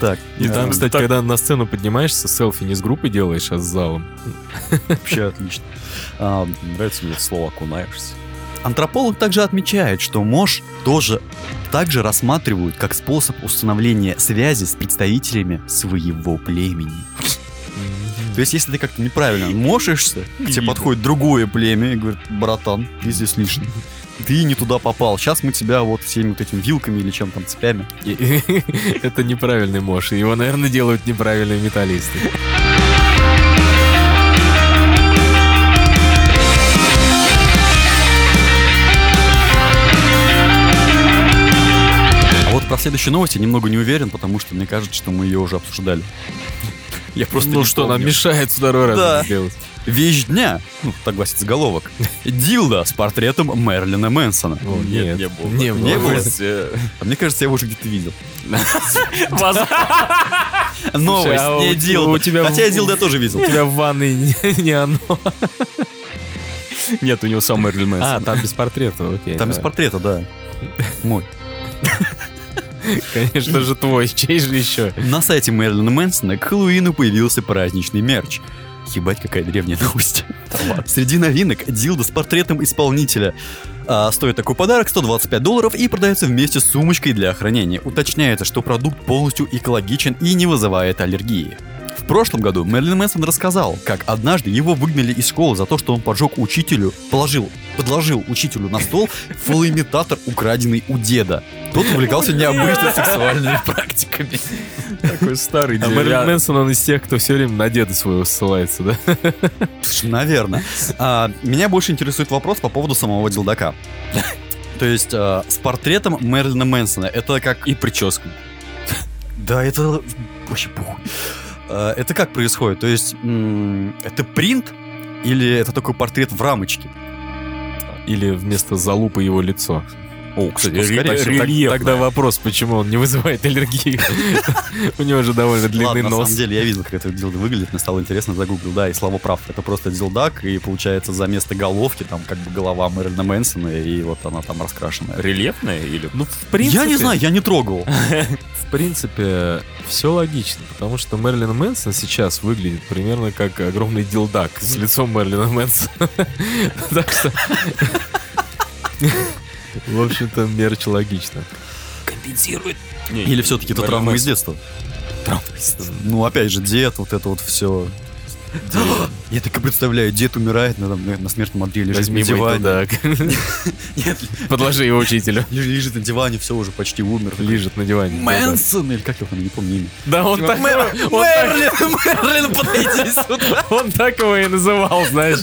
Speaker 1: Так,
Speaker 3: И там,
Speaker 1: эм,
Speaker 3: кстати, когда на сцену поднимаешься, селфи не с группой делаешь, а с залом.
Speaker 1: вообще отлично. Ам,
Speaker 2: Нравится мне это слово «окунаешься».
Speaker 1: Антрополог также отмечает, что МОЖ тоже также рассматривают как способ установления связи с представителями своего племени. То есть, если ты как-то неправильно мошишься, к тебе
Speaker 2: Видно.
Speaker 1: подходит другое племя и говорит, братан, ты здесь лишний. Ты не туда попал. Сейчас мы тебя вот всеми вот этими вилками или чем там цепями.
Speaker 3: И- и- Это неправильный Мош, и его, наверное, делают неправильные металлисты.
Speaker 1: А вот про следующую новость я немного не уверен, потому что мне кажется, что мы ее уже обсуждали.
Speaker 2: Я просто
Speaker 3: ну
Speaker 2: не
Speaker 3: что, нам
Speaker 2: помню.
Speaker 3: мешает второй раз
Speaker 1: Да.
Speaker 3: это сделать?
Speaker 1: Вещь дня, ну, так гласит заголовок, дилда с портретом Мерлина Мэнсона.
Speaker 3: О,
Speaker 2: Нет, не было.
Speaker 3: Не
Speaker 1: Не
Speaker 3: было.
Speaker 1: было.
Speaker 2: То есть, э,
Speaker 1: А мне кажется, я его уже где-то видел.
Speaker 2: воз-
Speaker 1: Новость,
Speaker 3: а
Speaker 1: не
Speaker 3: у-
Speaker 1: дилда.
Speaker 3: у тебя
Speaker 1: Хотя я
Speaker 3: в-
Speaker 1: дилда я тоже
Speaker 3: У
Speaker 1: видел.
Speaker 3: тебя в ванной не, не оно.
Speaker 2: Нет, у него сам Мерлин
Speaker 3: А,
Speaker 2: Мэнсон.
Speaker 3: там без портрета, окей.
Speaker 1: Там
Speaker 3: да.
Speaker 1: из портрета, да. Мой.
Speaker 3: Конечно же твой, чей же еще?
Speaker 1: На сайте Мерлина Мэнсона к Хэллоуину появился праздничный мерч. Ебать, какая древняя новость. Среди новинок дилда с портретом исполнителя. А, стоит такой подарок 125 долларов и продается вместе с сумочкой для хранения. Уточняется, что продукт полностью экологичен и не вызывает аллергии. В прошлом году Мерлин Мэнсон рассказал, как однажды его выгнали из школы за то, что он поджег учителю, положил, подложил учителю на стол фалоимитатор, украденный у деда. Тот увлекался необычными сексуальными практиками.
Speaker 2: Такой старый
Speaker 3: А Мэрилин
Speaker 2: деревянный.
Speaker 3: Мэнсон, он из тех, кто все время на деда своего ссылается, да?
Speaker 1: Наверное. А, меня больше интересует вопрос по поводу самого Дилдака. То есть а, с портретом Мерлина Мэнсона. Это как...
Speaker 2: И прическа.
Speaker 1: Да, это... Вообще похуй. А, Это как происходит? То есть м, это принт или это такой портрет в рамочке?
Speaker 3: Или вместо залупы его лицо.
Speaker 2: О,
Speaker 1: кстати, скорее всего,
Speaker 3: Так- Тогда вопрос, почему он не вызывает аллергии. У него же довольно длинный
Speaker 1: Ладно, на самом
Speaker 3: нос.
Speaker 1: деле я видел, как это дилда выглядит, мне стало интересно, загуглил, да, и Слава прав, это просто дилдак, и получается за место головки там как бы голова Мэрилина Мэнсона, и вот она там раскрашенная.
Speaker 2: Рельефная или...
Speaker 3: Ну, в принципе...
Speaker 1: Я не знаю, я не трогал.
Speaker 3: В принципе, все логично, потому что Мерлин Мэнсон сейчас выглядит примерно как огромный дилдак с лицом Мерлина Мэнсона. Так что... В общем-то, мерч логично.
Speaker 2: Компенсирует.
Speaker 1: Или все-таки это травма из детства? Ну, опять же, дед, вот это вот все. Я так и представляю, дед умирает на, там, на смертном одре, лежит
Speaker 3: Возьми
Speaker 1: на
Speaker 3: мой
Speaker 1: диване.
Speaker 3: дилдак. Подложи его учителю.
Speaker 1: Лежит- Лежит на диване, все уже почти умер.
Speaker 3: Лежит на диване.
Speaker 1: Мэнсон, или как его там, не помню имя.
Speaker 3: Да, он так, он, так,
Speaker 1: Мерлин, Мерлин, подойди сюда.
Speaker 3: он так его и называл, знаешь.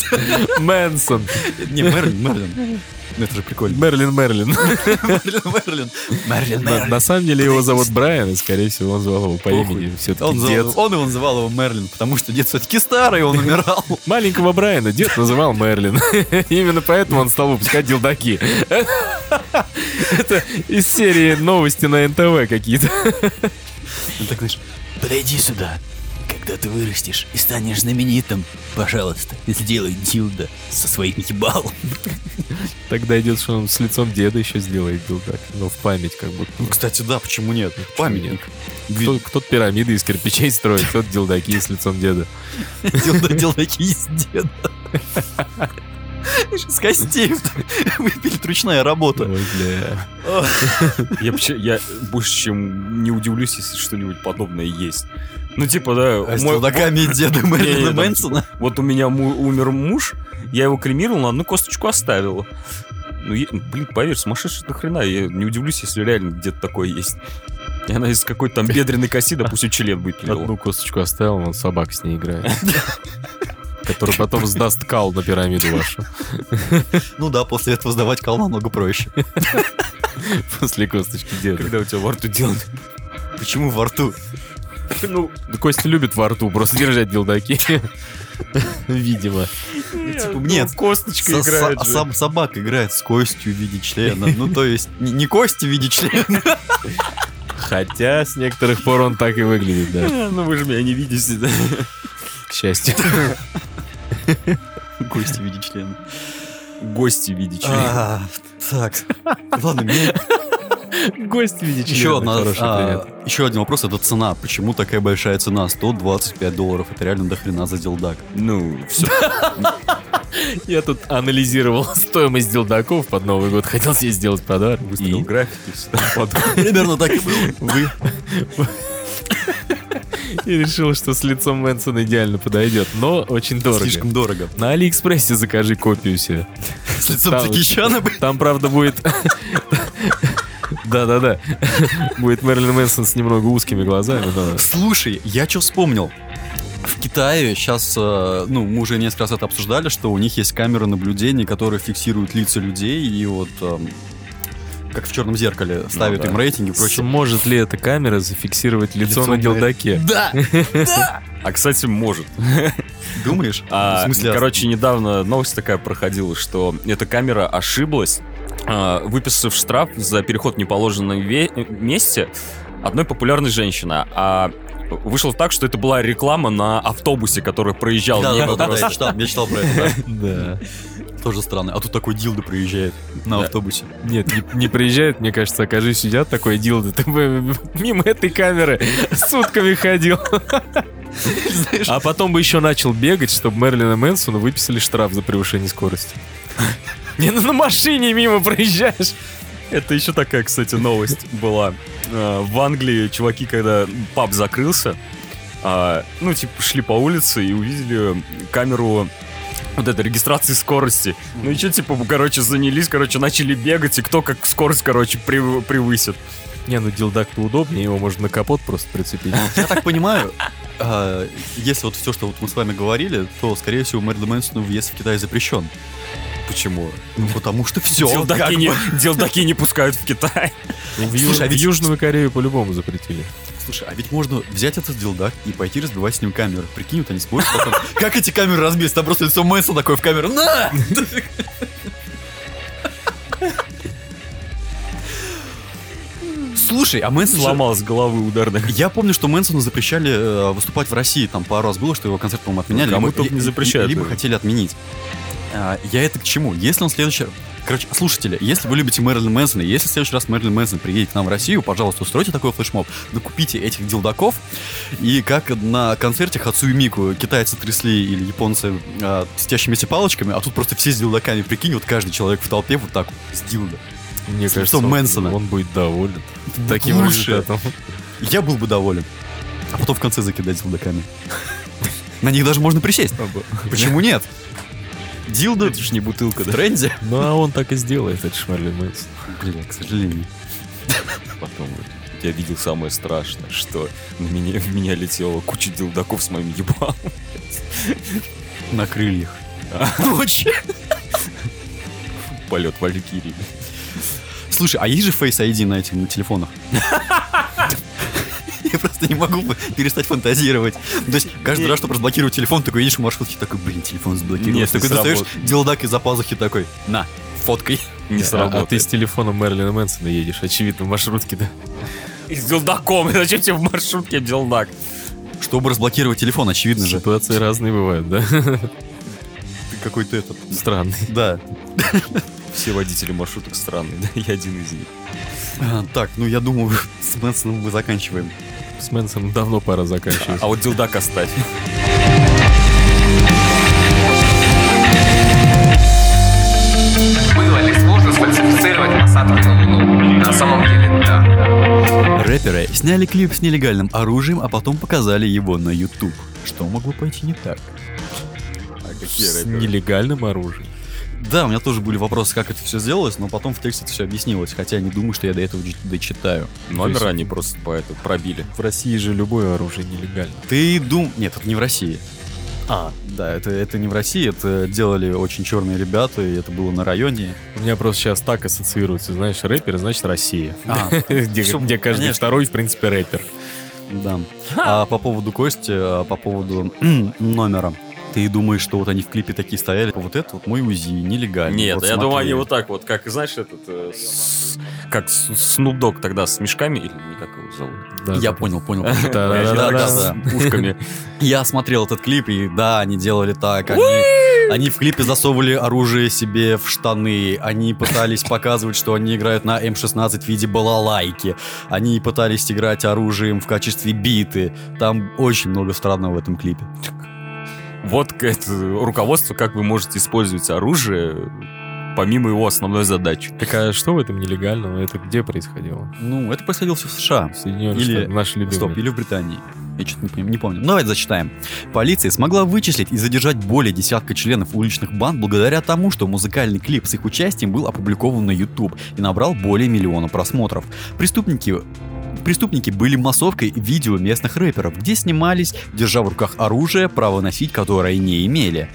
Speaker 3: Мэнсон.
Speaker 1: Не, Мерлин, Мерлин. Ну, это же прикольно.
Speaker 3: Мерлин Мерлин.
Speaker 1: Мерлин, Мерлин. Мерлин,
Speaker 3: На,
Speaker 1: Мерлин.
Speaker 3: на самом деле его зовут Брайан, и, скорее всего, он звал его по имени. Все-таки
Speaker 1: Он,
Speaker 3: дед.
Speaker 1: называл- он его называл его Мерлин, потому что дед все-таки старый, он умирал.
Speaker 3: Маленького Брайана дед называл Мерлин. Именно поэтому он стал выпускать дилдаки. Это из серии новости на НТВ какие-то.
Speaker 1: Он так, знаешь,
Speaker 4: Подойди сюда. Когда ты вырастешь и станешь знаменитым, пожалуйста, сделай дилда со своим ебалом.
Speaker 3: Тогда идет, что он с лицом деда еще сделает дилдак. Ну, в память как будто.
Speaker 1: «Ну, кстати, да, почему нет? Памятник.
Speaker 3: Кто- Кто-то пирамиды из кирпичей строит, кто-то дилдаки с лицом деда.
Speaker 1: Дилда- Дилдаки из деда. С костей выпилит ручная работа.
Speaker 3: Ой, бля.
Speaker 2: Я, вообще- я больше чем не удивлюсь, если что-нибудь подобное есть. Ну, типа, да,
Speaker 1: А С
Speaker 2: мой-
Speaker 1: дилдаками деда Мэрилина
Speaker 2: Не-не-не, там-
Speaker 1: Мэнсона.
Speaker 2: вот у меня му- умер муж, я его кремировал, но одну косточку оставил. Ну, е- блин, поверь, сумасшедший до хрена. Я не удивлюсь, если реально где-то такое есть. И она из какой-то там бедренной коси, допустим, член выпилила.
Speaker 3: Одну косточку оставил, он собак с ней играет. Который потом сдаст кал на пирамиду вашу.
Speaker 1: Ну да, после этого сдавать кал намного проще.
Speaker 3: После косточки деда.
Speaker 2: Когда у тебя во рту делают.
Speaker 1: Почему во рту?
Speaker 2: Ну,
Speaker 3: Да Костя любит во рту просто держать билдаки. Видимо.
Speaker 1: типа, нет,
Speaker 2: ну, косточка
Speaker 1: Со-
Speaker 2: играет.
Speaker 1: со-
Speaker 2: же.
Speaker 1: сам собак играет с костью в виде члена. Ну, то есть, не, не кости в виде члена.
Speaker 3: Хотя с некоторых пор он так и выглядит, да.
Speaker 2: Э, Ну вы же меня не видите, да?
Speaker 3: К счастью.
Speaker 1: Кости в виде члена.
Speaker 2: Гости видите.
Speaker 1: А, Так. Ладно, мне
Speaker 3: Гость видит
Speaker 1: Еще, одна, а, еще один вопрос, это цена. Почему такая большая цена? 125 долларов. Это реально до хрена за дилдак.
Speaker 2: Ну, все.
Speaker 3: Я тут анализировал стоимость делдаков под Новый год. Хотел себе сделать подарок.
Speaker 2: Выставил
Speaker 3: И
Speaker 2: графики, все там подумал.
Speaker 1: Примерно так и было.
Speaker 3: вы... И решил, что с лицом Мэнсона идеально подойдет, но очень дорого.
Speaker 1: Слишком дорого.
Speaker 3: На Алиэкспрессе закажи копию себе.
Speaker 1: С лицом
Speaker 3: Там-
Speaker 1: Джекичана, блин.
Speaker 3: Там, правда, будет... Да-да-да. Будет Мэрилин Мэнсон с немного узкими глазами. да.
Speaker 1: Слушай, я что вспомнил? В Китае сейчас, ну, мы уже несколько раз это обсуждали, что у них есть камеры наблюдения, которые фиксируют лица людей, и вот эм, как в черном зеркале, ставит
Speaker 2: Ну да.
Speaker 1: им рейтинги и прочее.
Speaker 3: Сможет ли эта камера зафиксировать лицо,
Speaker 1: Лицо
Speaker 3: на
Speaker 1: на-
Speaker 3: делдаке?
Speaker 2: Да! А, кстати, может.
Speaker 1: Думаешь?
Speaker 2: А,
Speaker 1: в смысле,
Speaker 2: короче, недавно новость такая проходила, что эта камера ошиблась, а, выписав штраф за переход в неположенном ве- месте одной популярной женщины. А вышло так, что это была реклама на автобусе, который проезжал
Speaker 1: да, да, да,
Speaker 2: мимо
Speaker 1: да,
Speaker 2: просто.
Speaker 1: я читал, я читал про это,
Speaker 3: Да.
Speaker 1: да. Тоже странно. А тут такой дилда приезжает на
Speaker 2: Да.
Speaker 1: автобусе.
Speaker 3: Нет, не, не приезжает, мне кажется, окажи сидят такой дилды. Ты бы мимо этой камеры сутками ходил. А потом бы еще начал бегать, чтобы Мерлина Мэнсона выписали штраф за превышение скорости. Не, ну на машине мимо проезжаешь.
Speaker 2: Это еще такая, кстати, новость была. Э, В Англии чуваки, когда паб закрылся, а, ну, типа, шли по улице и увидели камеру вот этой регистрации скорости. Ну и что, типа, короче, занялись, короче, начали бегать, и кто как скорость, короче, прев- превысит.
Speaker 3: Не, ну дилдак-то удобнее, его можно на капот просто прицепить.
Speaker 1: Я так понимаю, а, если вот все, что вот мы с вами говорили, то, скорее всего, Мэрилин Мэнсону въезд в Китай запрещен.
Speaker 2: Почему?
Speaker 1: Ну, потому что все.
Speaker 2: Делдаки не, делдаки не пускают в Китай.
Speaker 3: Ну, В,
Speaker 1: Слушай,
Speaker 3: Ю-
Speaker 1: а
Speaker 3: в
Speaker 1: ведь-
Speaker 3: Южную Корею по-любому запретили.
Speaker 1: Слушай, а ведь можно взять этот дилдак и пойти разбивать с ним камеры. Прикинь, вот они смотрят потом. Как эти камеры разбились? Там просто лицо Мэнсона такое в камеру. На! Слушай, а Мэнсон... же-
Speaker 2: Сломал с головы ударных.
Speaker 1: Я помню, что Мэнсону запрещали э, выступать в России. Там пару раз было, что его концерт, по-моему, отменяли.
Speaker 2: Ну,
Speaker 1: либо-
Speaker 2: кому-то
Speaker 1: ли-
Speaker 2: не запрещают,
Speaker 1: Либо
Speaker 2: наверное.
Speaker 1: хотели отменить. А, я это к чему? Если он в следующий... Короче, слушатели, если вы любите Мэрилин Мэнсона, если в следующий раз Мэрилин Мэнсон приедет к нам в Россию, пожалуйста, устройте такой флешмоб, накупите этих дилдаков, и как на концерте Хацу и Мику китайцы трясли или японцы а, светящимися палочками, а тут просто все с дилдаками, прикинь, вот каждый человек в толпе вот так вот с дилдо.
Speaker 3: Мне
Speaker 1: С лицом
Speaker 3: кажется, он-
Speaker 1: Мэнсона.
Speaker 3: он будет доволен таким
Speaker 1: лучше.
Speaker 3: результатом.
Speaker 1: Я был бы доволен. А потом в конце закидать дилдаками. На них даже можно присесть. Почему нет? Дилдо... Это же не бутылка, да? Тренде.
Speaker 3: Ну а он так и сделает, это ж Мерлин Мэнсон.
Speaker 1: Блин, к сожалению.
Speaker 2: Потом вот, я видел самое страшное, что на меня, в меня летела куча делдаков с моим ебалом.
Speaker 1: На крыльях. А, Ночью.
Speaker 2: Полет Валькирии.
Speaker 1: Слушай, а есть же Face ID на этих на телефонах? Я просто не могу перестать фантазировать. То есть каждый раз, чтобы разблокировать телефон, такой едешь в маршрутке, такой, блин, телефон
Speaker 2: Нет,
Speaker 1: заблокировался.
Speaker 2: не
Speaker 1: Такой достаешь
Speaker 2: сработает.
Speaker 1: дилдак из-за пазухи такой, на, фоткой.
Speaker 3: А-
Speaker 2: Не
Speaker 3: А, ты
Speaker 2: сработает.
Speaker 3: с телефоном Мерлина Мэнсона едешь, очевидно, в маршрутке, да?
Speaker 2: И с делдаком. Зачем тебе в маршрутке делдак?
Speaker 1: Чтобы разблокировать телефон, очевидно же.
Speaker 3: Ситуации разные бывают, да?
Speaker 1: Ты какой-то этот.
Speaker 3: Странные.
Speaker 1: Да.
Speaker 2: Все водители маршруток странные, да, я один из них.
Speaker 1: А, Так, ну я думаю, с Мэнсоном мы заканчиваем.
Speaker 3: С Мэнсоном давно пора заканчивать.
Speaker 2: А вот делдак оставь.
Speaker 5: Было ли сложно сфальсифицировать пассатурную луну? На самом деле, да.
Speaker 1: Рэперы сняли клип с нелегальным оружием, а потом показали его на YouTube. Что могло пойти не так?
Speaker 2: А
Speaker 3: С нелегальным оружием.
Speaker 1: Да, у меня тоже были вопросы, как это все сделалось, но потом в тексте это все объяснилось, хотя я не думаю, что я до этого дочитаю.
Speaker 2: Номер они просто поэтому пробили.
Speaker 3: В России же любое оружие нелегально.
Speaker 1: Ты дум... Нет, это не в России. А, да, это, это не в России, это делали очень черные ребята, и это было на районе.
Speaker 3: У меня просто сейчас так ассоциируется, знаешь, рэпер, значит, Россия.
Speaker 1: А,
Speaker 3: Где
Speaker 1: всё,
Speaker 3: где каждый
Speaker 1: конечно.
Speaker 3: второй, в принципе, рэпер.
Speaker 1: Да. А по поводу Кости, а по поводу номера. Ты думаешь, что вот они в клипе такие стояли? Вот это вот мой УЗИ, нелегально.
Speaker 2: Нет,
Speaker 1: Вот
Speaker 2: я думаю,
Speaker 1: смотри.
Speaker 2: они вот так вот, как, знаешь, этот... э, с- Как Снупдог тогда с мешками, или не как его зовут?
Speaker 3: Да.
Speaker 1: Я понял, понял.
Speaker 3: Да-да-да-да.
Speaker 1: Да, да,
Speaker 2: С
Speaker 1: да.
Speaker 2: пушками.
Speaker 1: Я смотрел этот клип, и да, они делали так. Они, они в клипе засовывали оружие себе в штаны. Они пытались показывать, что они играют на М16 в виде балалайки. Они пытались играть оружием в качестве биты. Там очень много странного в этом клипе.
Speaker 2: Вот к- это руководство, как вы можете использовать оружие помимо его основной задачи.
Speaker 3: Так а что в этом нелегального? Это где происходило?
Speaker 1: Ну, это происходило все в США.
Speaker 3: В Соединенных
Speaker 1: Или-
Speaker 3: Штатах, наши
Speaker 1: Стоп,
Speaker 3: любимые.
Speaker 1: или в Британии. Я что-то не, пом- не помню. Ну, давайте зачитаем. Полиция смогла вычислить и задержать более десятка членов уличных банд благодаря тому, что музыкальный клип с их участием был опубликован на YouTube и набрал более миллиона просмотров. Преступники Преступники были массовкой видео местных рэперов, где снимались, держа в руках оружие, право носить которое не имели.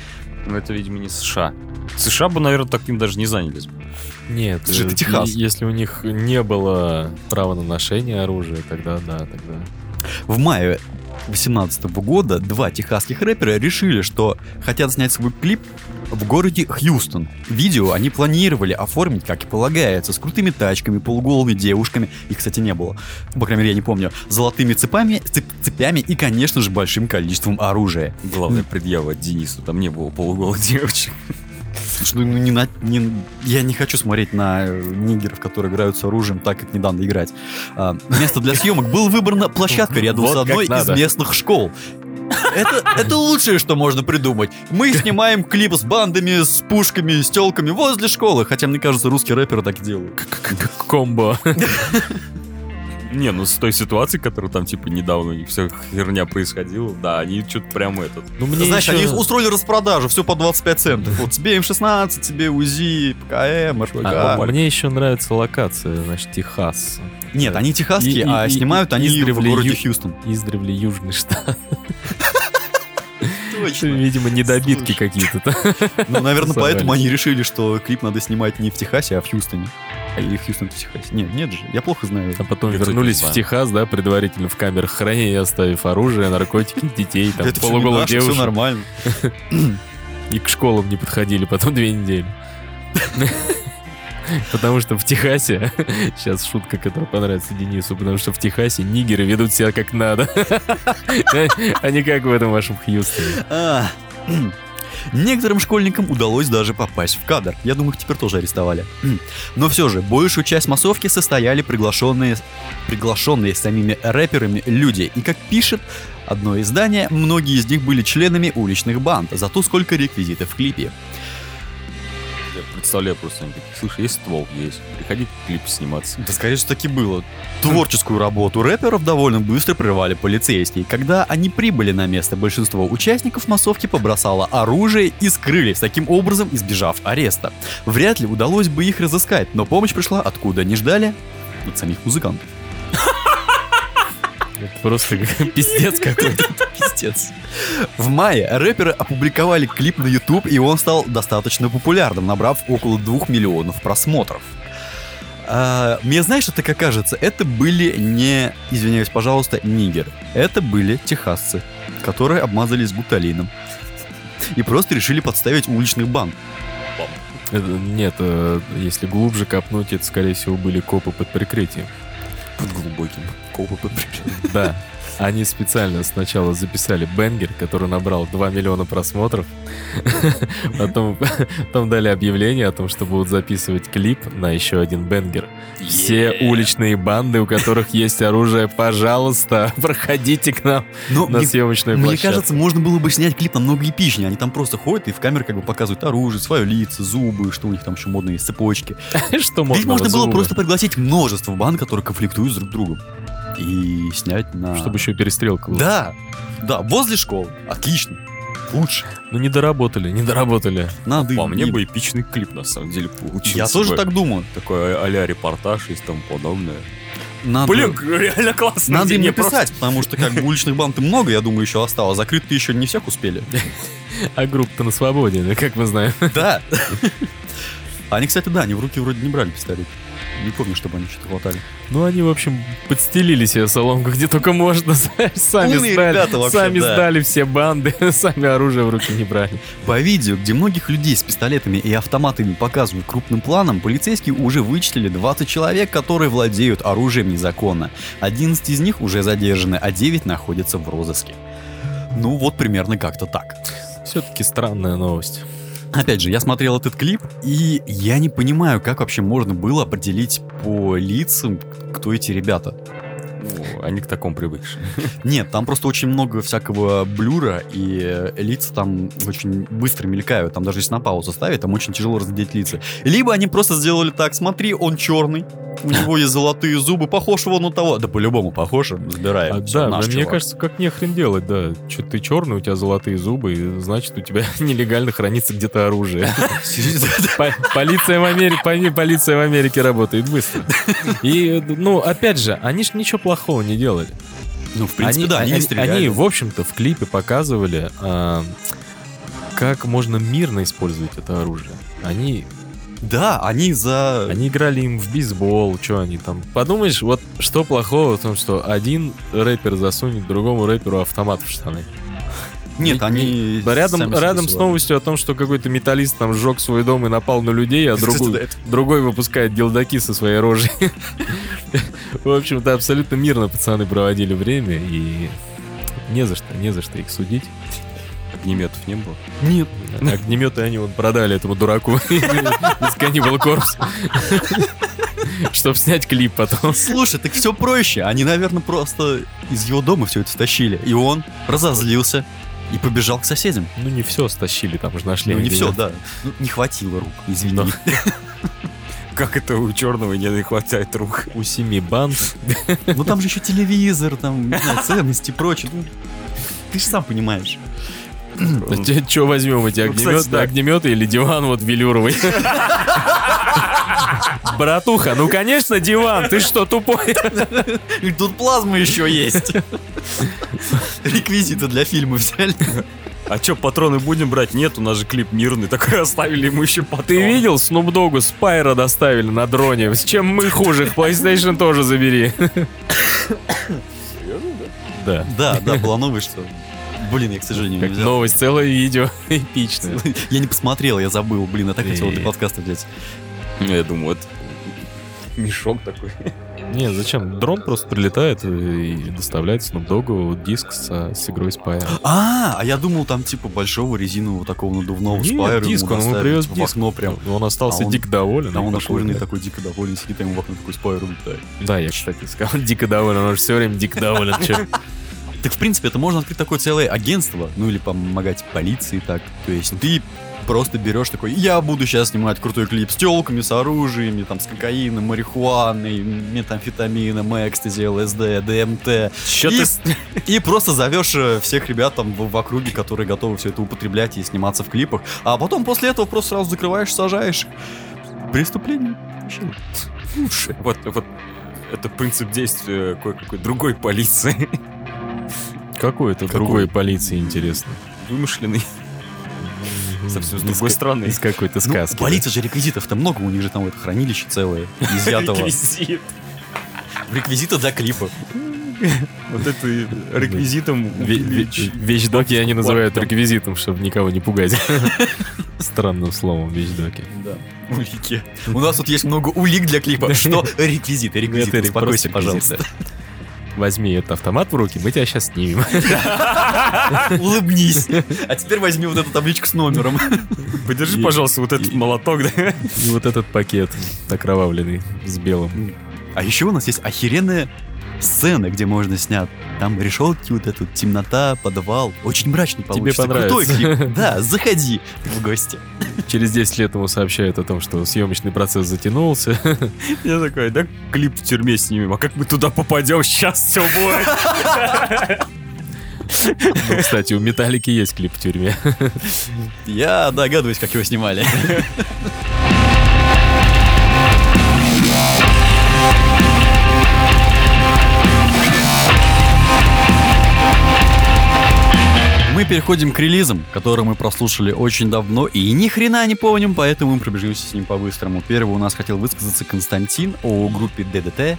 Speaker 2: Но Ну, это, видимо, не США. США бы, наверное, таким даже не занялись.
Speaker 3: Нет,
Speaker 1: Слушай,
Speaker 3: э,
Speaker 1: это Техас.
Speaker 3: и- если у них не было права на ношение оружия, тогда да, тогда.
Speaker 1: В мае 2018 года два техасских рэпера решили, что хотят снять свой клип в городе Хьюстон. Видео они планировали оформить, как и полагается, с крутыми тачками, полуголыми девушками, их, кстати, не было, по крайней мере, я не помню, золотыми цепами, цеп- цепями и, конечно же, большим количеством оружия.
Speaker 2: Главное предъява от Дениса, там не было полуголых девочек.
Speaker 1: Слушай, ну, не на- не- я не хочу смотреть на э, нигеров, которые играют с оружием, так как недавно играть. А, место для съемок было выбрана площадка рядом
Speaker 2: Вот
Speaker 1: с
Speaker 2: как
Speaker 1: одной из
Speaker 2: надо.
Speaker 1: местных школ. Это, это лучшее, что можно придумать. Мы снимаем клип с бандами, с пушками, с телками возле школы. Хотя, мне кажется, русские рэперы так делают.
Speaker 3: Комбо.
Speaker 2: Не, ну с той ситуацией, которая там, типа, недавно и вся херня происходила, да, они что-то прям этот...
Speaker 3: Ну, мне
Speaker 1: Знаешь,
Speaker 3: ещё-
Speaker 1: они устроили распродажу, все по 25 центов. Вот тебе М16, тебе УЗИ, ПКМ, РПК.
Speaker 3: А, Мне еще нравится локация, значит, Техас.
Speaker 1: Нет, они техасские,
Speaker 3: И- и-
Speaker 1: а
Speaker 3: и-
Speaker 1: снимают
Speaker 3: и-
Speaker 1: они в
Speaker 3: издревле
Speaker 1: городе
Speaker 3: ю-
Speaker 1: Хьюстон.
Speaker 3: Издревле Южный штат. Видимо, недобитки
Speaker 1: Слушай.
Speaker 3: какие-то. там.
Speaker 1: Ну, наверное,
Speaker 3: Собрались.
Speaker 1: поэтому они решили, что клип надо снимать не в Техасе, а в Хьюстоне. Или Хьюстон в Техасе. Нет, нет же, я плохо знаю.
Speaker 3: А потом
Speaker 2: Как это
Speaker 3: вернулись в
Speaker 1: типа-
Speaker 2: странно.
Speaker 3: Техас, да, предварительно в камерах хранения, оставив оружие, наркотики, детей, там,
Speaker 1: всё не
Speaker 3: полуголых
Speaker 1: наше, всё
Speaker 3: девушек.
Speaker 1: нормально.
Speaker 3: И к школам не подходили потом две недели. Потому что в Техасе, сейчас шутка, которая понравится Денису, потому что в Техасе нигеры ведут себя как надо. А не как в этом вашем Хьюстоне.
Speaker 1: А, Некоторым школьникам удалось даже попасть в кадр. Я думаю, их теперь тоже арестовали. Но все же, большую часть массовки состояли приглашенные, приглашенные самими рэперами люди. И как пишет одно издание, многие из них были членами уличных банд. Зато сколько реквизитов в клипе.
Speaker 2: Я представляю просто, они такие, слушай, есть ствол, есть, приходи к клипу сниматься.
Speaker 1: Да, скорее всего, таки было. Творческую работу рэперов довольно быстро прервали полицейские. Когда они прибыли на место, большинство участников массовки побросало оружие и скрылись, таким образом избежав ареста. Вряд ли удалось бы их разыскать, но помощь пришла откуда не ждали, от самих музыкантов.
Speaker 3: Это просто как пиздец какой-то.
Speaker 1: Пиздец. В мае рэперы опубликовали клип на YouTube, и он стал достаточно популярным, набрав около двух миллионов просмотров. А, мне знаешь, что так окажется? Это были не, извиняюсь, пожалуйста, нигеры. Это были техасцы, которые обмазались гуталином. И просто решили подставить уличных банд.
Speaker 3: Это- Нет, э, если глубже копнуть, это, скорее всего, были копы под прикрытием.
Speaker 1: Под глубоким.
Speaker 3: Да. Они специально сначала записали бенгер, который набрал 2 миллиона просмотров. Потом, потом дали объявление о том, что будут записывать клип на еще один бенгер. Все уличные банды, у которых есть оружие, пожалуйста, проходите к нам
Speaker 1: Но
Speaker 3: на
Speaker 1: мне,
Speaker 3: съемочную
Speaker 1: мне
Speaker 3: площадку.
Speaker 1: кажется, можно было бы снять клип намного эпичнее. Они там просто ходят и в камеру как бы показывают оружие, свое лица, зубы, что у них там еще модно есть, цепочки.
Speaker 3: что
Speaker 1: Ведь можно было
Speaker 3: зубы,
Speaker 1: просто пригласить множество банд, которые конфликтуют с друг с другом. И снять на...
Speaker 3: Чтобы еще и перестрелка была.
Speaker 1: Да, да, возле школы. Отлично. Лучше.
Speaker 3: Ну не доработали, не доработали.
Speaker 1: Надо...
Speaker 2: По мне
Speaker 1: и-
Speaker 2: бы эпичный клип, на самом деле, получился.
Speaker 1: Я тоже
Speaker 2: бы.
Speaker 1: так думаю.
Speaker 2: Такой а-, а-ля репортаж и тому подобное.
Speaker 1: Надо...
Speaker 2: Блин, реально классно.
Speaker 1: Надо им
Speaker 2: мне
Speaker 1: написать, потому что как бы уличных банд и много, я думаю, еще осталось. Закрыты еще не всех успели.
Speaker 3: А группа-то на свободе, ну, как мы знаем.
Speaker 1: Да. Они, кстати, да, они в руки вроде не брали пистолет. Не помню, чтобы они что-то хватали.
Speaker 3: Ну, они, в общем, подстелили себе соломку, где только можно. знаешь, Сами
Speaker 1: Умные
Speaker 3: сдали,
Speaker 1: Ну, ребята вообще,
Speaker 3: сами
Speaker 1: да.
Speaker 3: сдали все банды, сами оружие в руки не брали.
Speaker 1: По видео, где многих людей с пистолетами и автоматами показывают крупным планом, полицейские уже вычислили 20 человек, которые владеют оружием незаконно. 11 из них уже задержаны, а 9 находятся в розыске. Ну вот примерно как-то так.
Speaker 3: Все-таки странная новость.
Speaker 1: Опять же, я смотрел этот клип, и я не понимаю, как вообще можно было определить по лицам, кто эти ребята.
Speaker 2: Ну, они к такому привыкшие.
Speaker 1: Нет, там просто очень много всякого блюра, и э, лица там очень быстро мелькают. Там даже если на паузу ставить, там очень тяжело разглядеть лица. Либо они просто сделали так, смотри, он черный, у него есть золотые зубы, похож его на того. Да по-любому похож,
Speaker 3: А,
Speaker 1: забираем. Всё,
Speaker 3: да,
Speaker 1: наш
Speaker 3: но мне
Speaker 1: чувак.
Speaker 3: кажется, как не хрен делать, да. Че ты черный, у тебя золотые зубы, и значит, у тебя нелегально хранится где-то оружие. По- Полиция в Америке, пони- полиция в Америке работает быстро. И, ну, опять же, они же ничего плохого не делали.
Speaker 1: Ну, в принципе, да, они не
Speaker 3: они,
Speaker 1: стреляли.
Speaker 3: они, в общем-то, в клипе показывали а, как можно мирно использовать это оружие. Они,
Speaker 1: Да, они за...
Speaker 3: они играли им в бейсбол, что они там. Подумаешь, вот что плохого в том, что один рэпер засунет другому рэперу автомат в штаны.
Speaker 1: Нет, они...
Speaker 3: Да
Speaker 1: сами
Speaker 3: рядом,
Speaker 1: себе
Speaker 3: рядом с
Speaker 1: сделали.
Speaker 3: новостью о том, что какой-то металлист там сжег свой дом и напал на людей, а
Speaker 1: Кстати, да,
Speaker 3: другой,
Speaker 1: это-
Speaker 3: другой выпускает делдаки со своей рожей. В общем-то, абсолютно мирно пацаны проводили время и не за что, не за что их судить.
Speaker 2: Огнеметов не было.
Speaker 3: Нет. Огнеметы они вот продали этому дураку из Cannibal Corpse, чтобы снять клип потом.
Speaker 1: Слушай, так все проще. Они, наверное, просто из его дома все это стащили. И он разозлился и побежал к соседям.
Speaker 3: Ну не все стащили, там уже нашли.
Speaker 1: Ну, не все,
Speaker 3: где-то.
Speaker 1: да. Ну, не хватило рук, извини.
Speaker 3: Но
Speaker 2: Как это у черного не хватает рук?
Speaker 3: У семи банд
Speaker 1: Ну там же еще телевизор, там, не знаю, ценности и прочее. Ну, ты же сам понимаешь.
Speaker 3: Ну,
Speaker 1: типа
Speaker 3: Че возьмем эти
Speaker 2: Ну, кстати,
Speaker 3: огнеметы,
Speaker 2: да.
Speaker 3: огнеметы или диван вот велюровый? Братуха, ну конечно диван, ты что тупой?
Speaker 1: И тут плазма еще есть. Реквизиты для фильма взяли.
Speaker 2: А чё, патроны будем брать? Нет, у нас же клип мирный, так и оставили ему еще патроны.
Speaker 3: Ты видел, Snoop Доggу Спайра доставили на дроне, с чем мы хуже, их PlayStation тоже забери. Да,
Speaker 1: Да, да, была новость, что... Блин, я, к сожалению, не
Speaker 3: как
Speaker 1: взял.
Speaker 3: новость, целое видео, эпичное.
Speaker 1: Я не посмотрел, я забыл. Блин, я так хотел для
Speaker 3: Э.
Speaker 1: подкаста взять.
Speaker 2: Ну, Я думаю, это мешок такой.
Speaker 3: Не, зачем? Дрон просто прилетает и доставляет Snoop Доggу диск с, с игрой Спайра.
Speaker 1: А, а я думал, там типа большого резинового такого надувного
Speaker 3: Нет,
Speaker 1: спайра. ему
Speaker 3: диск, он ему
Speaker 1: доставили,
Speaker 3: привез
Speaker 1: типа, в
Speaker 3: диск.
Speaker 1: окно прям.
Speaker 3: Он остался
Speaker 1: А он-
Speaker 3: дико доволен.
Speaker 1: А
Speaker 3: и
Speaker 1: он
Speaker 3: пошел
Speaker 1: накуренный
Speaker 3: играть.
Speaker 1: такой дико доволен, сидит, а ему в окно такой спайр улетает.
Speaker 3: Да, я, кстати, сказал, дико доволен, он же все время дико доволен. чё.
Speaker 1: Так, в принципе, это можно открыть такое целое агентство, ну или помогать полиции так. То есть ты просто берешь такой, я буду сейчас снимать крутой клип с телками, с оружиями, там, с кокаином, марихуаной, метамфетамином, экстази, ЛСД, ДМТ.
Speaker 3: Чё
Speaker 1: и,
Speaker 3: ты
Speaker 1: и просто зовешь э, всех ребят там в, в округе, которые готовы все это употреблять и сниматься в клипах. А потом после этого просто сразу закрываешь, сажаешь. Преступление.
Speaker 2: Слушай, вот, вот это принцип действия кое-какой другой полиции.
Speaker 3: Какой это
Speaker 1: Какой?
Speaker 3: другой полиции, интересно?
Speaker 2: Вымышленный, совсем
Speaker 3: Из
Speaker 2: с другой
Speaker 3: ка-
Speaker 2: стороны.
Speaker 3: Из какой-то
Speaker 1: Ну,
Speaker 3: сказки.
Speaker 1: у полиции же реквизитов-то много, у них же там это хранилище целое, изъятого.
Speaker 2: Реквизит.
Speaker 1: Реквизита для клипа.
Speaker 2: Вот это и реквизитом
Speaker 3: да? Ве- ве-
Speaker 2: увелич-
Speaker 3: Вещдоки они называют
Speaker 2: Там.
Speaker 3: реквизитом, чтобы никого не пугать. Странным словом вещдоки.
Speaker 1: Да, улики. У нас тут есть много улик для клипа. Что? Реквизиты, реквизиты.
Speaker 3: Это
Speaker 1: Успокойся,
Speaker 3: просто
Speaker 1: пожалуйста.
Speaker 3: Возьми этот автомат в руки, мы тебя сейчас снимем.
Speaker 1: Улыбнись. А теперь возьми вот эту табличку с номером.
Speaker 2: Подержи,
Speaker 3: Е-
Speaker 2: пожалуйста, вот этот
Speaker 3: е-
Speaker 2: молоток, да?
Speaker 3: И вот этот пакет окровавленный с белым.
Speaker 1: А еще у нас есть охеренная сцена, где можно снять. Там решетки, вот эта вот темнота, подвал. Очень мрачный получится. Крутой
Speaker 3: понравится.
Speaker 1: клип. Да, заходи в гости.
Speaker 3: Через 10 лет ему сообщают о том, что съемочный процесс затянулся.
Speaker 2: Я такой, да, клип в тюрьме снимем, а как мы туда попадем, сейчас все будет.
Speaker 3: Ну, Кстати, у Металлики есть клип в тюрьме.
Speaker 1: Я догадываюсь, как его снимали. Мы переходим к релизам, которые мы прослушали очень давно и ни хрена не помним, поэтому мы пробежимся с ним по-быстрому. Первый у нас хотел высказаться Константин о группе ДДТ.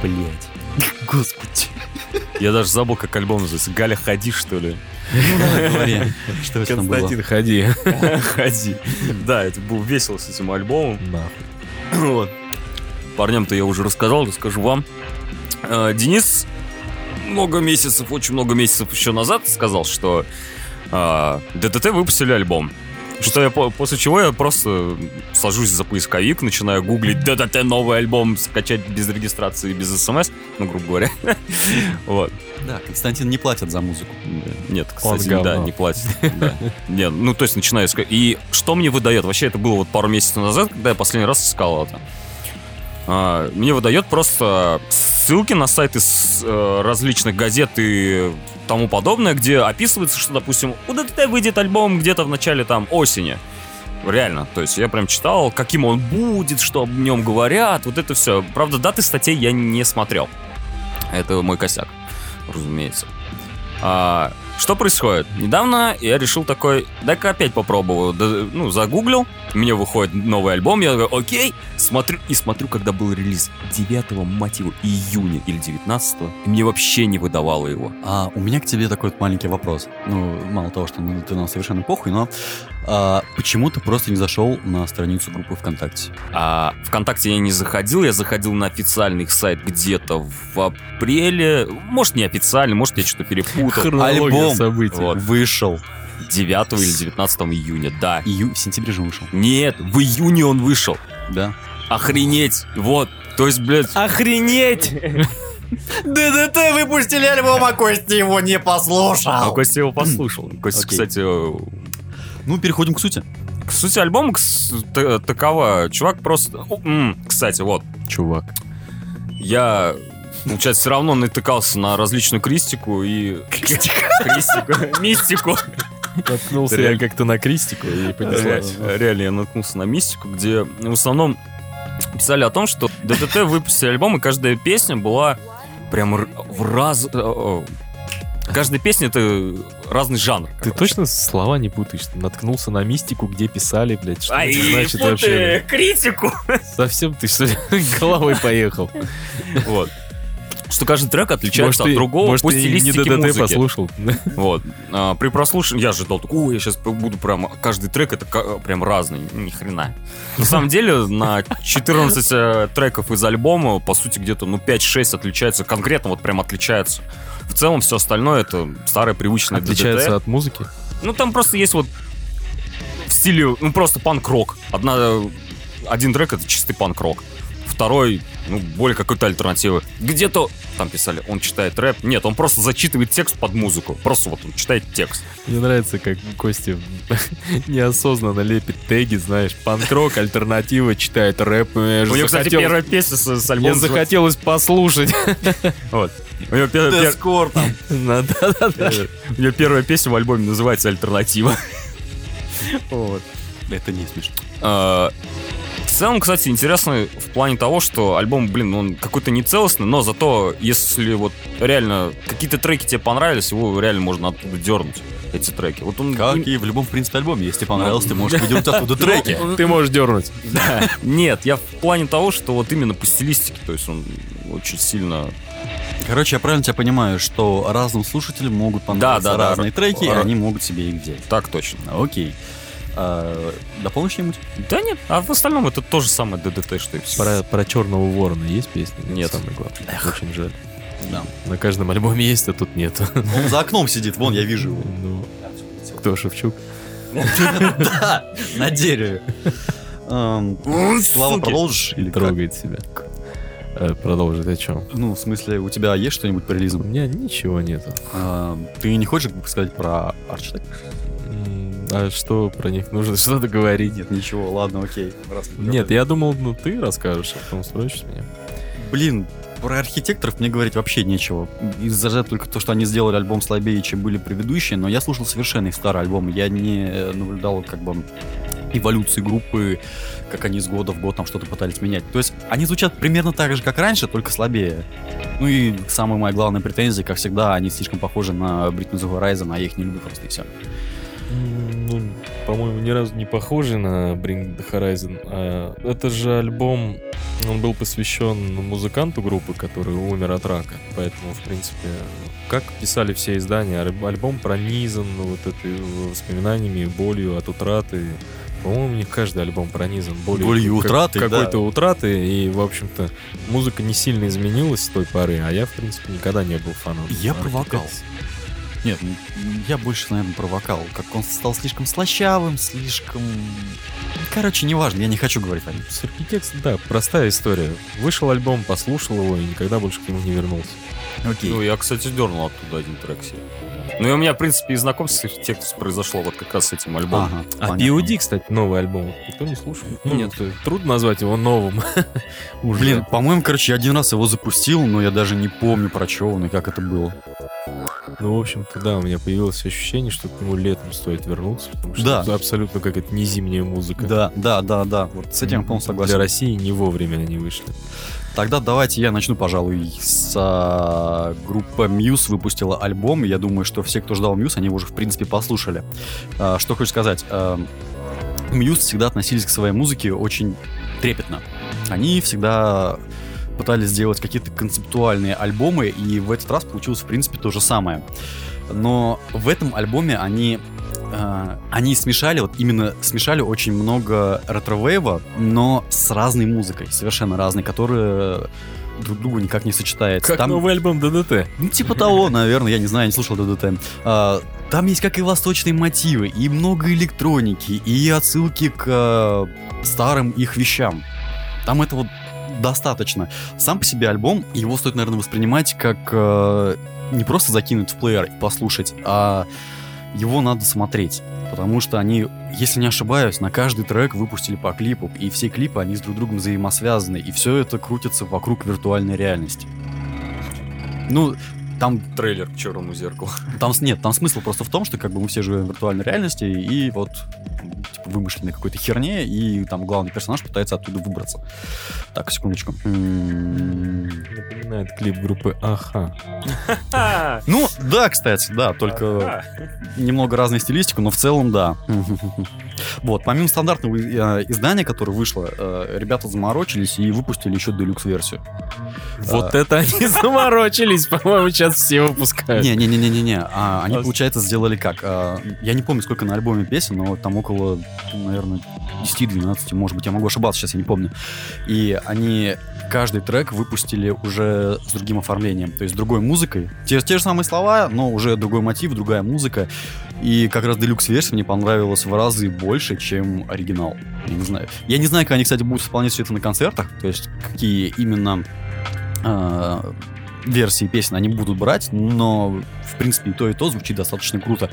Speaker 1: Блять. Господи.
Speaker 2: Я даже забыл, как альбом называется. Галя, ходи, что ли?
Speaker 1: Ну давай, говори. Что это там было?
Speaker 3: Константин, ходи.
Speaker 2: Ходи. Да, это было весело с этим альбомом.
Speaker 3: Нахуй.
Speaker 2: Вот. Парням-то я уже рассказал, расскажу вам. Э, Денис много месяцев, очень много месяцев еще назад сказал, что э, ДТТ выпустили альбом. Что я, по- после чего я просто сажусь за поисковик, начинаю гуглить ДТТ новый альбом, скачать без регистрации, без смс, ну, грубо говоря. Вот.
Speaker 1: Да, Константин не платит за музыку.
Speaker 2: Да. Нет,
Speaker 3: Он
Speaker 2: кстати, да,
Speaker 3: говно.
Speaker 2: не платит. Да. Не, ну то есть начинаю искать. И что мне выдает? Вообще это было вот пару месяцев назад, когда я последний раз искал это. А, Мне выдает просто ссылки на сайты с э, различных газет и тому подобное, где описывается, что, допустим, у ДТТ выйдет альбом где-то в начале там осени. Реально, то есть я прям читал, каким он будет, что об нем говорят, вот это все. Правда, даты статей я не смотрел. Это мой косяк, разумеется. А, Что происходит? Недавно я решил такой, дай-ка опять попробую. Да, ну, загуглил, мне выходит новый альбом, я такой, окей, смотрю и смотрю, когда был релиз. 9, мать его, июня или 19 и мне вообще не выдавало его.
Speaker 1: А у меня к тебе такой вот маленький вопрос. Ну, мало того, что ну, ты нам совершенно похуй, но а, почему ты просто не зашел на страницу группы ВКонтакте?
Speaker 2: А ВКонтакте я не заходил, я заходил на официальный их сайт где-то в апреле. Может, не официально, может, я что-то перепутал.
Speaker 1: Альбом.
Speaker 3: событий.
Speaker 2: Вот.
Speaker 1: Вышел.
Speaker 2: 9 или 19 июня, да.
Speaker 1: Ию... В сентябре же вышел.
Speaker 2: Нет, в июне он вышел.
Speaker 1: Да.
Speaker 2: Охренеть! Вот. То есть, блядь,
Speaker 6: Охренеть!
Speaker 1: ДДТ выпустили альбом, а Костя его не
Speaker 2: а
Speaker 1: послушал.
Speaker 2: Костя его послушал. Костя,
Speaker 1: Окей.
Speaker 2: кстати, э,
Speaker 1: Ну, переходим к сути.
Speaker 2: К сути альбома кс- та- такова. Чувак просто... О, м, Кстати, вот,
Speaker 3: Чувак.
Speaker 2: я... Получается, все равно натыкался на различную кристику и... Кристику. Мистику.
Speaker 3: Наткнулся я как-то на Кристику и понеслась.
Speaker 2: Ре- Реально, я наткнулся на мистику, где в основном писали о том, что ДТТ выпустили альбом, и каждая песня была прям р- в раз... э, э, Каждая песня — это разный жанр.
Speaker 3: Ты точно слова не путаешь? Ты Наткнулся на мистику, где писали, блядь, что это значит вообще?
Speaker 2: критику!
Speaker 3: Совсем ты что ли, головой поехал?
Speaker 2: Вот. Что каждый трек отличается от
Speaker 3: ты-
Speaker 2: другого
Speaker 3: может,
Speaker 2: по
Speaker 3: ты не
Speaker 2: стилистике
Speaker 3: ДДТ
Speaker 2: музыки.
Speaker 3: послушал?
Speaker 2: Вот. А, при прослушивании я ожидал, такой, «О, я сейчас буду прям... Каждый трек это ка- прям разный. Ни хрена. На самом деле на 14 э, треков из альбома, по сути, где-то ну 5-6 отличаются. Конкретно вот прям отличаются. В целом все остальное это старое привычное
Speaker 3: Отличается
Speaker 2: DDT.
Speaker 3: от музыки?
Speaker 2: Ну там просто есть вот в стиле, ну просто панк-рок. Одна, э, один трек это чистый панк-рок. Второй, ну, более какой-то альтернативы. Где-то, там писали, он читает рэп. Нет, он просто зачитывает текст под музыку. Просто вот он читает текст.
Speaker 3: Мне нравится, как Костя неосознанно лепит теги, знаешь, панк-рок, альтернатива, читает рэп. Ну, Я же
Speaker 2: У него, кстати,
Speaker 3: захотел-
Speaker 2: первая песня с, с
Speaker 3: Мне
Speaker 2: альбома. называется-
Speaker 3: захотелось послушать.
Speaker 2: Вот. У него, пе- пе-
Speaker 3: Да-да-да.
Speaker 2: у него первая песня в альбоме называется «Альтернатива».
Speaker 1: Это не смешно.
Speaker 2: А, В целом, кстати, интересно в плане того, что альбом, блин, он какой-то нецелостный, но зато, если вот реально какие-то треки тебе понравились, его реально можно оттуда дернуть, эти треки. Вот он...
Speaker 1: Как
Speaker 2: им-
Speaker 1: и в любом, в принципе, альбоме. Если тебе понравилось,
Speaker 2: Ну,
Speaker 1: ты можешь выдернуть оттуда треки.
Speaker 3: Ты можешь дернуть.
Speaker 2: Да. Нет, я в плане того, что вот именно по стилистике, то есть он очень сильно...
Speaker 1: Короче, я правильно тебя понимаю, что разным слушателям могут понравиться
Speaker 2: Да, да, да.
Speaker 1: разные треки, и
Speaker 2: Ра-
Speaker 1: они могут себе их делать.
Speaker 2: Так точно.
Speaker 1: Окей. А, Дополнишь что-нибудь?
Speaker 2: Да нет, а в остальном это то же самое ДДТ, что и все.
Speaker 3: Про, про черного ворона есть песня?
Speaker 2: Нет.
Speaker 3: Самое главное. Очень жаль.
Speaker 1: Да.
Speaker 3: На каждом альбоме есть, а тут нет.
Speaker 1: Он за окном сидит, вон, я вижу его.
Speaker 3: Ну, кто Шевчук?
Speaker 1: Да, на дереве. Эм, Слава, продолжишь? Или как?
Speaker 3: Трогает себя. Э, Продолжит о чем?
Speaker 1: Ну, в смысле, у тебя есть что-нибудь по
Speaker 3: У
Speaker 1: релизам?
Speaker 3: меня ничего нету.
Speaker 1: Эм, Ты не хочешь сказать про Арчтек?
Speaker 3: М, А что про них нужно что-то говорить?
Speaker 1: Нет, ничего, ладно, окей. Раз мы
Speaker 3: Нет,
Speaker 1: говорим.
Speaker 3: я думал, ну ты расскажешь, а потом спросишь меня.
Speaker 1: Блин, про архитекторов мне говорить вообще нечего. И зажать только то, что они сделали альбом слабее, чем были предыдущие, но я слушал совершенно их старый альбом. Я не э, наблюдал как бы эволюции группы, как они из года в год там что-то пытались менять. То есть они звучат примерно так же, как раньше, только слабее. Ну и самая моя главная претензия, как всегда, они слишком похожи на Britney the Horizon, а я их не люблю просто и все.
Speaker 3: М, Ну, по-моему, ни разу не похожи на Bring the Horizon. А, Это же альбом, он был посвящен музыканту группы, который умер от рака. Поэтому, в принципе, как писали все издания, альб- альбом пронизан вот этой воспоминаниями, болью от утраты. По-моему, у них каждый альбом пронизан болью,
Speaker 1: Болью утраты, да.
Speaker 3: какой-то утраты. И, в общем-то, музыка не сильно изменилась с той поры, а я, в принципе, никогда не был фаном.
Speaker 1: Я
Speaker 3: Arctic
Speaker 1: провокал.
Speaker 3: Monkeys.
Speaker 1: Нет, ну, я больше, наверное, про вокал. Как он стал слишком слащавым, слишком... Короче, неважно, я не хочу говорить о нем.
Speaker 3: С Архитекс, да, простая история. Вышел альбом, послушал его и никогда больше к нему не вернулся.
Speaker 1: Окей.
Speaker 2: Ну, я, кстати, дернул оттуда один трек себе. Ну, и у меня, в принципе, и знакомство с Architects произошло вот как раз с этим альбомом.
Speaker 1: Ага,
Speaker 3: А
Speaker 1: понятно.
Speaker 3: POD, кстати, новый альбом. Никто не слушал.
Speaker 2: Нет.
Speaker 3: это Трудно назвать его новым. Уже.
Speaker 1: Блин, по-моему, короче, я один раз его запустил, но я даже не помню, про чего он и как это было.
Speaker 3: Ну, в общем-то, да, у меня появилось ощущение, что к нему летом стоит вернуться, потому что
Speaker 1: Да.
Speaker 3: это абсолютно как это не зимняя музыка.
Speaker 1: Да, да, да, да. Вот с этим я полностью
Speaker 3: Для
Speaker 1: согласен.
Speaker 3: России не вовремя они вышли.
Speaker 1: Тогда давайте я начну, пожалуй, с а, группа Muse выпустила альбом. Я думаю, что все, кто ждал Muse, они его уже, в принципе, послушали. А, что хочу сказать. а, Muse всегда относились к своей музыке очень трепетно. Они всегда пытались сделать какие-то концептуальные альбомы, и в этот раз получилось, в принципе, то же самое. Но в этом альбоме они э, они смешали, вот именно смешали очень много ретро-вейва, но с разной музыкой, совершенно разной, которая друг другу никак не сочетается.
Speaker 3: Как
Speaker 1: А, Там-
Speaker 3: новый альбом ДДТ.
Speaker 1: ну, типа того, наверное, я не знаю, я не слушал ДДТ. А, там есть как и восточные мотивы, и много электроники, и отсылки к а, старым их вещам. Там этого достаточно. Сам по себе альбом, его стоит, наверное, воспринимать как а, не просто закинуть в плеер и послушать, а его надо смотреть. Потому что они, если не ошибаюсь, на каждый трек выпустили по клипу, и все клипы, они с друг другом взаимосвязаны, и все это крутится вокруг виртуальной реальности. Ну, там,
Speaker 2: Трейлер к черному зеркалу.
Speaker 1: там с- нет, там смысл просто в том, что как бы мы все живем в виртуальной реальности и вот типа, вымышленной какой-то херне, и там главный персонаж пытается оттуда выбраться. Так, секундочку. М.
Speaker 3: Напоминает клип группы А Аха.
Speaker 1: Ну, да, кстати, да, только немного разная стилистика, но в целом да. Вот, помимо стандартного э, издания, которое вышло, э, ребята заморочились и выпустили еще делюкс-версию.
Speaker 3: Вот это они заморочились, по-моему, сейчас все выпускают.
Speaker 1: Не, не, не, не, не, не. А, они,
Speaker 3: А с-
Speaker 1: получается, сделали как? А, я не помню, сколько на альбоме песен, но там около, наверное, 10-12, может быть, я могу ошибаться, сейчас я не помню. И они каждый трек выпустили уже с другим оформлением, то есть с другой музыкой. Те, те же самые слова, но уже другой мотив, другая музыка. И как раз делюкс-версия мне понравилась в разы больше, чем оригинал. Я не знаю. Я не знаю, как они, кстати, будут исполнять все это на концертах, то есть какие именно а, версии песен они будут брать, но, в принципе, и то, и то звучит достаточно круто.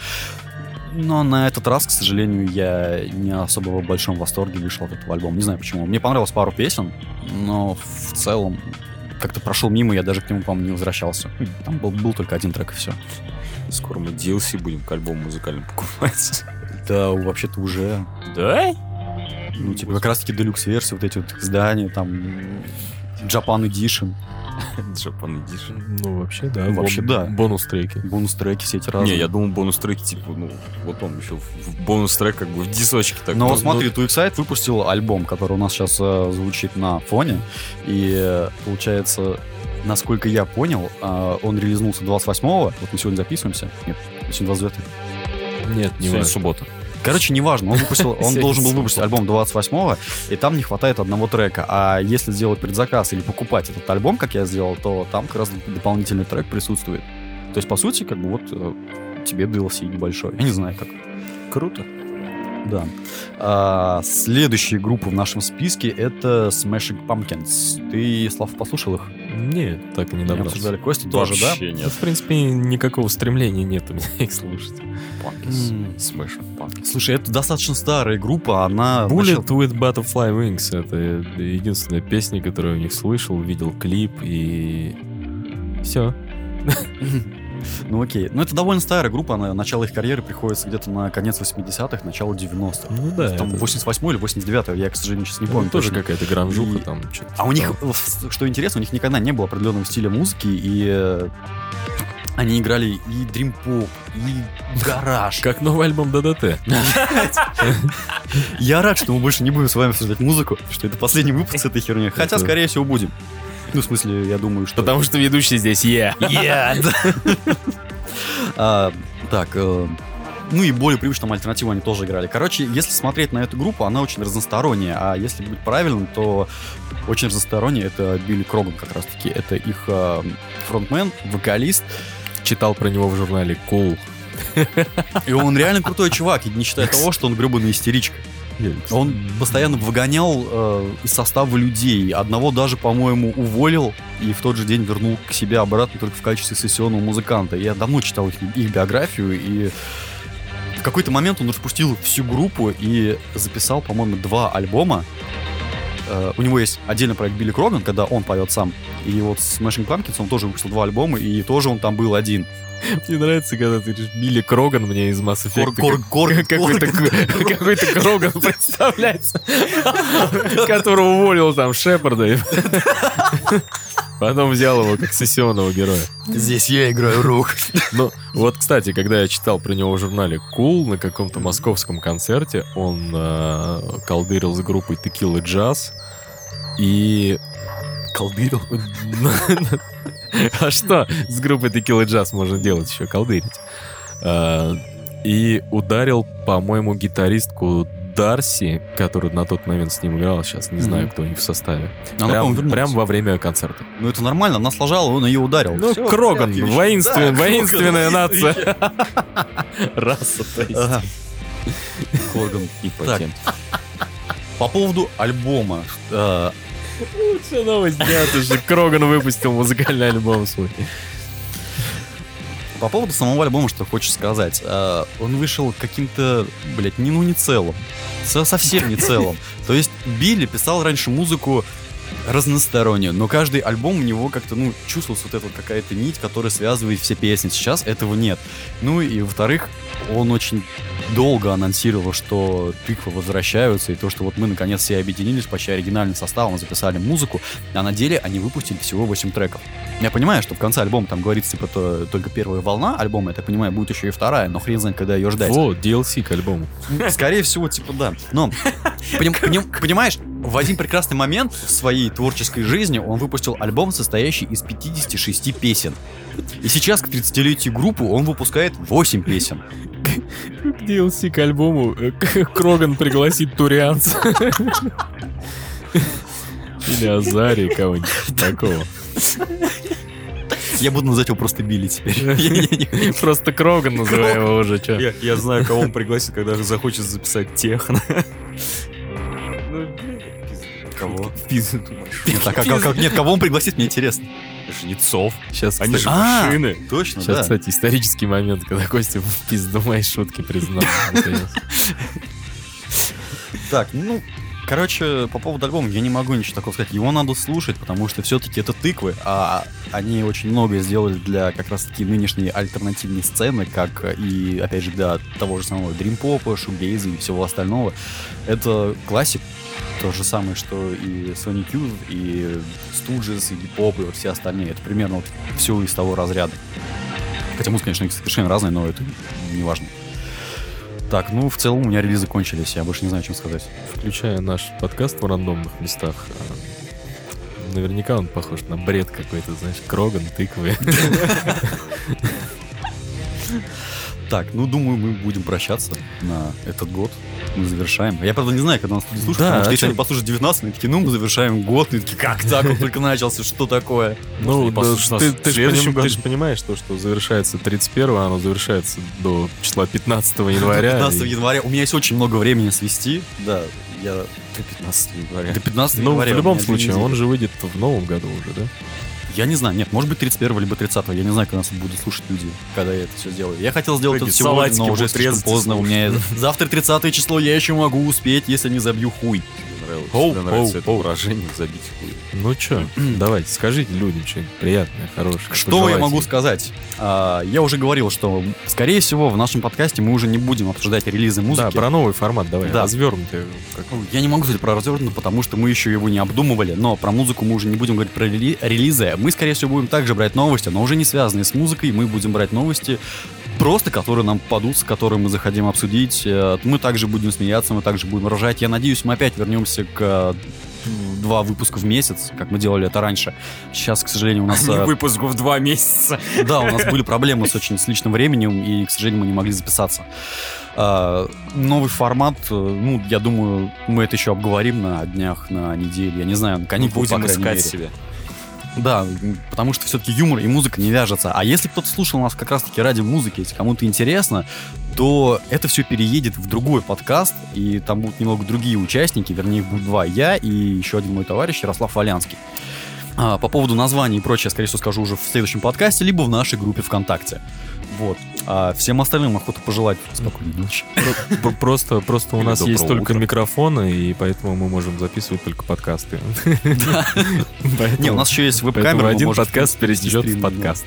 Speaker 1: Но на этот раз, к сожалению, я не особо в большом восторге вышел от этого альбома. Не знаю почему. Мне понравилось пару песен, но в целом как-то прошел мимо, я даже к нему, по-моему, не возвращался. Там был, был только один трек и все.
Speaker 2: Скоро мы DLC будем к альбому музыкальному покупать.
Speaker 1: Да, вообще-то уже,
Speaker 2: Да?
Speaker 1: ну, типа, как раз-таки делюкс-версии, вот эти вот издания, там, Japan Edition,
Speaker 2: Japan Edition.
Speaker 3: Ну, вообще, да.
Speaker 1: Вообще,
Speaker 3: бон-
Speaker 1: да.
Speaker 3: Бонус-треки.
Speaker 1: бонус-треки все эти разные.
Speaker 2: Не, я думал бонус-треки, типа, ну, вот он еще бонус-трек как бы в дисочке так.
Speaker 1: Но
Speaker 2: Ну,
Speaker 1: смотри, Two Excite выпустил альбом, который у нас сейчас звучит на фоне. И э, получается, насколько я понял, а, он релизнулся 28-го. Вот мы сегодня записываемся. Нет, сегодня 29
Speaker 3: Нет, не
Speaker 2: ну, Сегодня
Speaker 3: важно.
Speaker 2: суббота.
Speaker 1: Короче, неважно, он выпустил, он
Speaker 3: Сегодня
Speaker 1: должен был
Speaker 3: суббота.
Speaker 1: выпустить альбом 28-го, и там не хватает одного трека. А если сделать предзаказ или покупать этот альбом, как я сделал, то там как раз дополнительный трек присутствует. То есть, по сути, как бы вот э, тебе DLC небольшой. Я не знаю, как.
Speaker 2: Круто.
Speaker 1: Да. А, следующая группа в нашем списке это Smashing Pumpkins. Ты, Слав, послушал их?
Speaker 3: Нет, так и не
Speaker 1: Мы
Speaker 3: добрался.
Speaker 1: обсуждали Костя тоже, да?
Speaker 2: Вообще
Speaker 3: Ну,
Speaker 2: нет.
Speaker 3: В принципе, никакого стремления нет у меня их слушать.
Speaker 1: М.
Speaker 2: Смэш. Панкис.
Speaker 1: Слушай, это достаточно старая группа, она...
Speaker 3: Bullet
Speaker 1: начала-
Speaker 3: with Butterfly Wings. Это единственная песня, которую я у них слышал, видел клип и... Все.
Speaker 1: Ну окей. Ну это довольно старая группа, она, начало их карьеры приходится где-то на конец 80-х, начало 90-х.
Speaker 3: Ну да.
Speaker 1: Там
Speaker 3: это-
Speaker 1: 88 или 89 я, к сожалению, сейчас не
Speaker 3: ну,
Speaker 1: помню
Speaker 3: тоже
Speaker 1: точно.
Speaker 3: какая-то гранжуха
Speaker 1: И-
Speaker 3: там. чё-то
Speaker 1: А у них,
Speaker 3: там.
Speaker 1: э, в- что интересно, у них никогда не было определенного стиля музыки, и э, они играли и дрим-поп, и гараж,
Speaker 3: Как новый альбом ДДТ.
Speaker 1: Я рад, что мы больше не будем с вами обсуждать музыку, что это последний выпуск с этой херни. Хотя,
Speaker 3: Это-
Speaker 1: скорее всего, будем. Ну, в смысле, я думаю, что...
Speaker 3: Потому что ведущий здесь я.
Speaker 1: А, так, э, ну и более привычным альтернативу они тоже играли. Короче, если смотреть на эту группу, она очень разносторонняя. А если быть правильным, то очень разносторонняя это Билли Кроган как раз-таки. Это их э, фронтмен, вокалист.
Speaker 3: Читал про него в журнале Cool.
Speaker 1: И он реально крутой чувак, и не считая того, что он гребаный истеричка. Он постоянно выгонял э, из состава людей. Одного даже, по-моему, уволил и в тот же день вернул к себе обратно только в качестве сессионного музыканта. Я давно читал их, их биографию, и в какой-то момент он распустил всю группу и записал, по-моему, два альбома. э, у него есть отдельный проект Билли Кроган, когда он поет сам. И вот с Smashing Pumpkins он тоже выпустил два альбома, и тоже он там был один.
Speaker 3: Мне нравится, когда ты говоришь, Билли Кроган мне из Mass Effect.
Speaker 1: Кор- кор- кор-
Speaker 3: как- какой-то, какой-то Кроган представляется, которого уволил там Шепарда. и Потом взял его как сессионного героя.
Speaker 1: Здесь я играю рук.
Speaker 3: Ну, вот, кстати, когда я читал про него в журнале Cool на каком-то московском концерте, он э, колдырил с группой Текила Джаз. И... Колдырил? А что с группой Текила Джаз можно делать еще? Колдырить. Э, И ударил, по-моему, гитаристку Дарси, которая на тот момент с ним играла, сейчас не знаю,
Speaker 1: Мгм.
Speaker 3: кто у них в составе.
Speaker 1: Она,
Speaker 3: Прям,
Speaker 1: по-моему, вернулась.
Speaker 3: прям во время концерта.
Speaker 1: Ну это нормально, она сложала, он ее ударил.
Speaker 3: Ну,
Speaker 1: Всё,
Speaker 3: Кроган,
Speaker 1: порядке, вещи.
Speaker 3: воинствен-
Speaker 1: Да,
Speaker 3: воинственная
Speaker 1: Кроган,
Speaker 3: нация. Раса, то есть.
Speaker 1: Ага. Кроган.
Speaker 2: Импотент.
Speaker 1: По поводу альбома. э,
Speaker 3: Лучшая новость дня, ты же Кроган выпустил музыкальный альбом свой.
Speaker 1: По поводу самого альбома, что хочешь сказать. Э, Он вышел каким-то, блядь, не, ну не целым. Со- Совсем не целым. То есть Билли писал раньше музыку разностороннюю, но каждый альбом у него как-то, ну, чувствовалась вот эта вот какая-то нить, которая связывает все песни. Сейчас этого нет. Ну и, во-вторых, он очень долго анонсировал, что тыквы возвращаются, и то, что вот мы наконец все объединились почти оригинальным составом, и записали музыку, а на деле они выпустили всего 8 треков. Я понимаю, что в конце альбома там говорится, типа, то- только первая волна альбома, я так понимаю, будет еще и вторая, но хрен знает, когда ее ждать.
Speaker 3: Вот, DLC к альбому.
Speaker 1: Скорее всего, типа, да. Но, поним- поним- понимаешь, в один прекрасный момент в своей творческой жизни он выпустил альбом, состоящий из 56 песен. И сейчас к 30-летию группы он выпускает 8 песен.
Speaker 3: К DLC к альбому э, к- Кроган пригласит Турианца. Или Азари кого-нибудь такого.
Speaker 1: Я буду называть его просто Билли теперь. Я- я не-
Speaker 3: Просто Кроган называю его уже, чё.
Speaker 2: Я, я знаю, кого он пригласит, когда же захочет записать техно. Кого?
Speaker 1: Так, а как- как- Нет, кого он пригласит, мне интересно.
Speaker 2: Жнецов.
Speaker 3: Сейчас,
Speaker 2: Они же
Speaker 3: кстати,
Speaker 1: А,
Speaker 2: машины.
Speaker 1: Точно,
Speaker 3: Сейчас,
Speaker 1: да.
Speaker 3: кстати, исторический момент, когда Костя в пизду моей шутки признал. наконец.
Speaker 1: Так, ну, короче, по поводу альбома я не могу ничего такого сказать. Его надо слушать, потому что все-таки это тыквы, а они очень многое сделали для как раз-таки нынешней альтернативной сцены, как и, опять же, для того же самого дримпопа, шугейза и всего остального. Это классик, то же самое, что и Sonic Youth, и Stooges, и Гип-Поп, и вот все остальные. Это примерно вот все из того разряда. Хотя музыка, конечно, совершенно разная, но это не важно. Так, ну, в целом у меня релизы кончились, я больше не знаю, чем сказать.
Speaker 3: Включая наш подкаст в рандомных местах, э, наверняка он похож на бред какой-то, знаешь, Кроган, тыквы.
Speaker 1: Так, ну думаю, мы будем прощаться на этот год. Мы завершаем. А Я, правда, не знаю, когда нас люди слушают,
Speaker 3: Да,
Speaker 1: потому что
Speaker 3: а
Speaker 1: если
Speaker 3: чё?
Speaker 1: они послушают 19, они такие, ну, мы завершаем год. И такие, как так? Он только начался, что такое?
Speaker 3: Ну,
Speaker 2: Может, не послушаешь
Speaker 3: да,
Speaker 2: нас
Speaker 3: ты,
Speaker 2: в
Speaker 3: ты ж
Speaker 2: следующем
Speaker 3: поним-
Speaker 2: году?
Speaker 3: ты ж понимаешь то, что завершается 31-го, оно завершается до числа 15 января.
Speaker 1: До 15
Speaker 3: и-
Speaker 1: января. У меня есть очень много времени свести. Да, я
Speaker 2: До 15 января.
Speaker 1: до 15
Speaker 3: Ну, в
Speaker 1: января. у
Speaker 3: любом
Speaker 1: меня две
Speaker 3: случае,
Speaker 1: недели.
Speaker 3: он же выйдет в новом году уже, да?
Speaker 1: Я не знаю, нет, может быть 31 либо 30 Я не знаю, когда нас будут слушать люди, когда я это все сделаю. Я хотел сделать
Speaker 2: Такие
Speaker 1: это сегодня,
Speaker 2: салатики
Speaker 1: но уже
Speaker 2: будут
Speaker 1: слишком
Speaker 2: резать и
Speaker 1: поздно. У меня завтра 30 число, я еще могу успеть, если не забью хуй.
Speaker 2: Мне нравилось.
Speaker 3: Оу,
Speaker 2: Мне нравится
Speaker 3: оу,
Speaker 2: это
Speaker 3: оу.
Speaker 2: выражение «забить хуй».
Speaker 3: Ну чё, давайте, скажите людям что-нибудь приятное, хорошее.
Speaker 1: Что я
Speaker 3: пожелайте
Speaker 1: могу
Speaker 3: им.
Speaker 1: сказать? А, я уже говорил, что, скорее всего, в нашем подкасте мы уже не будем обсуждать релизы
Speaker 3: Да,
Speaker 1: музыки.
Speaker 3: про новый формат давай,
Speaker 1: Да.
Speaker 3: развернутый. как-
Speaker 1: Ну, Я не могу сказать про развернутый, потому что мы еще его не обдумывали, но про музыку мы уже не будем говорить про рели- релизы. Мы, скорее всего, будем также брать новости, но уже не связанные с музыкой. Мы будем брать новости просто, которые нам попадутся, которые мы захотим обсудить. Э, Мы также будем смеяться, мы также будем ржать. Я надеюсь, мы опять вернемся к э, два выпуска в месяц, как мы делали это раньше. Сейчас, к сожалению, у нас...
Speaker 2: Не
Speaker 1: э,
Speaker 2: выпуску в два месяца.
Speaker 1: да, у нас были проблемы с очень с личным временем, и, к сожалению, мы не могли записаться. А, Новый формат, э, ну, я думаю, мы это еще обговорим на днях, на неделе, я не знаю, на
Speaker 2: Не
Speaker 1: каникулы, по
Speaker 2: Ну, будем
Speaker 1: крайней
Speaker 2: искать
Speaker 1: мере.
Speaker 2: себя.
Speaker 1: Да, м, потому что все-таки юмор и музыка не вяжется. А если кто-то слушал нас как раз-таки ради музыки, если кому-то интересно, то это все переедет в другой подкаст, и там будут немного другие участники, вернее, их будет два, я и еще один мой товарищ Ярослав Валянский. А, по поводу названий и прочее, скорее всего, скажу уже в следующем подкасте, либо в нашей группе ВКонтакте. Вот. А всем остальным охота пожелать спокойной ночи.
Speaker 3: Пр- Просто, просто у
Speaker 2: Или
Speaker 3: нас
Speaker 2: доброго
Speaker 3: есть только
Speaker 2: утра.
Speaker 3: микрофоны, и поэтому мы можем записывать только подкасты. Поэтому-
Speaker 1: Не, у нас еще есть
Speaker 3: поэтому
Speaker 1: веб-камера.
Speaker 3: один
Speaker 1: вы можете-
Speaker 3: подкаст перейдет в
Speaker 1: стрим, да.
Speaker 3: подкаст.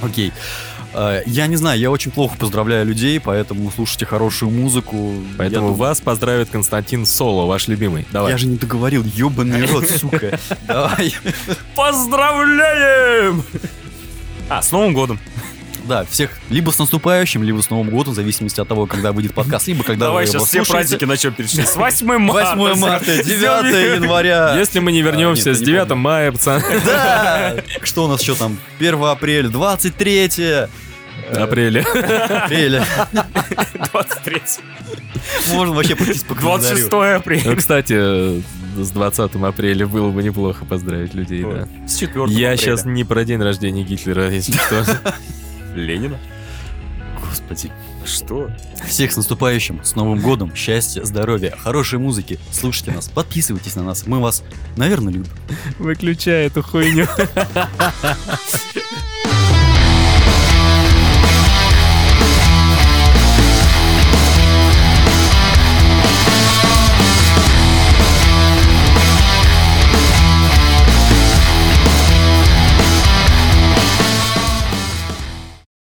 Speaker 1: Окей. Э, Я не знаю, я очень плохо поздравляю людей, поэтому слушайте хорошую музыку.
Speaker 3: Поэтому
Speaker 1: Я дум-
Speaker 3: вас поздравит Константин Соло, ваш любимый. Давай.
Speaker 1: Я же не договорил, ебаный рот, сука. Давай.
Speaker 2: Поздравляем! А, с Новым годом.
Speaker 1: Да, всех либо с наступающим, либо с Новым годом, в зависимости от того, когда выйдет подкаст, либо когда
Speaker 2: Давай
Speaker 1: вы его
Speaker 2: сейчас все
Speaker 1: слушаете.
Speaker 2: праздники начнем перечислять. С 8 марта.
Speaker 1: 8 марта, 9 января.
Speaker 3: Если мы не вернемся
Speaker 1: нет,
Speaker 3: с
Speaker 1: я не
Speaker 3: 9 мая, пацаны,
Speaker 1: Да! Что у нас еще там? 1 апреля, 23
Speaker 3: апреля.
Speaker 1: апреля.
Speaker 2: 23.
Speaker 1: Можно вообще пройтись по календарю.
Speaker 2: 26 апреля.
Speaker 3: Ну, кстати, э, с 20 апреля было бы неплохо поздравить людей, да.
Speaker 2: С 4
Speaker 3: Я сейчас не про день рождения Гитлера, если что.
Speaker 2: Ленина?
Speaker 1: Господи.
Speaker 2: Что?
Speaker 1: Всех с наступающим, с Новым годом, счастья, здоровья, хорошей музыки. Слушайте нас, подписывайтесь на нас, мы вас, наверное, любим.
Speaker 3: Выключай эту хуйню.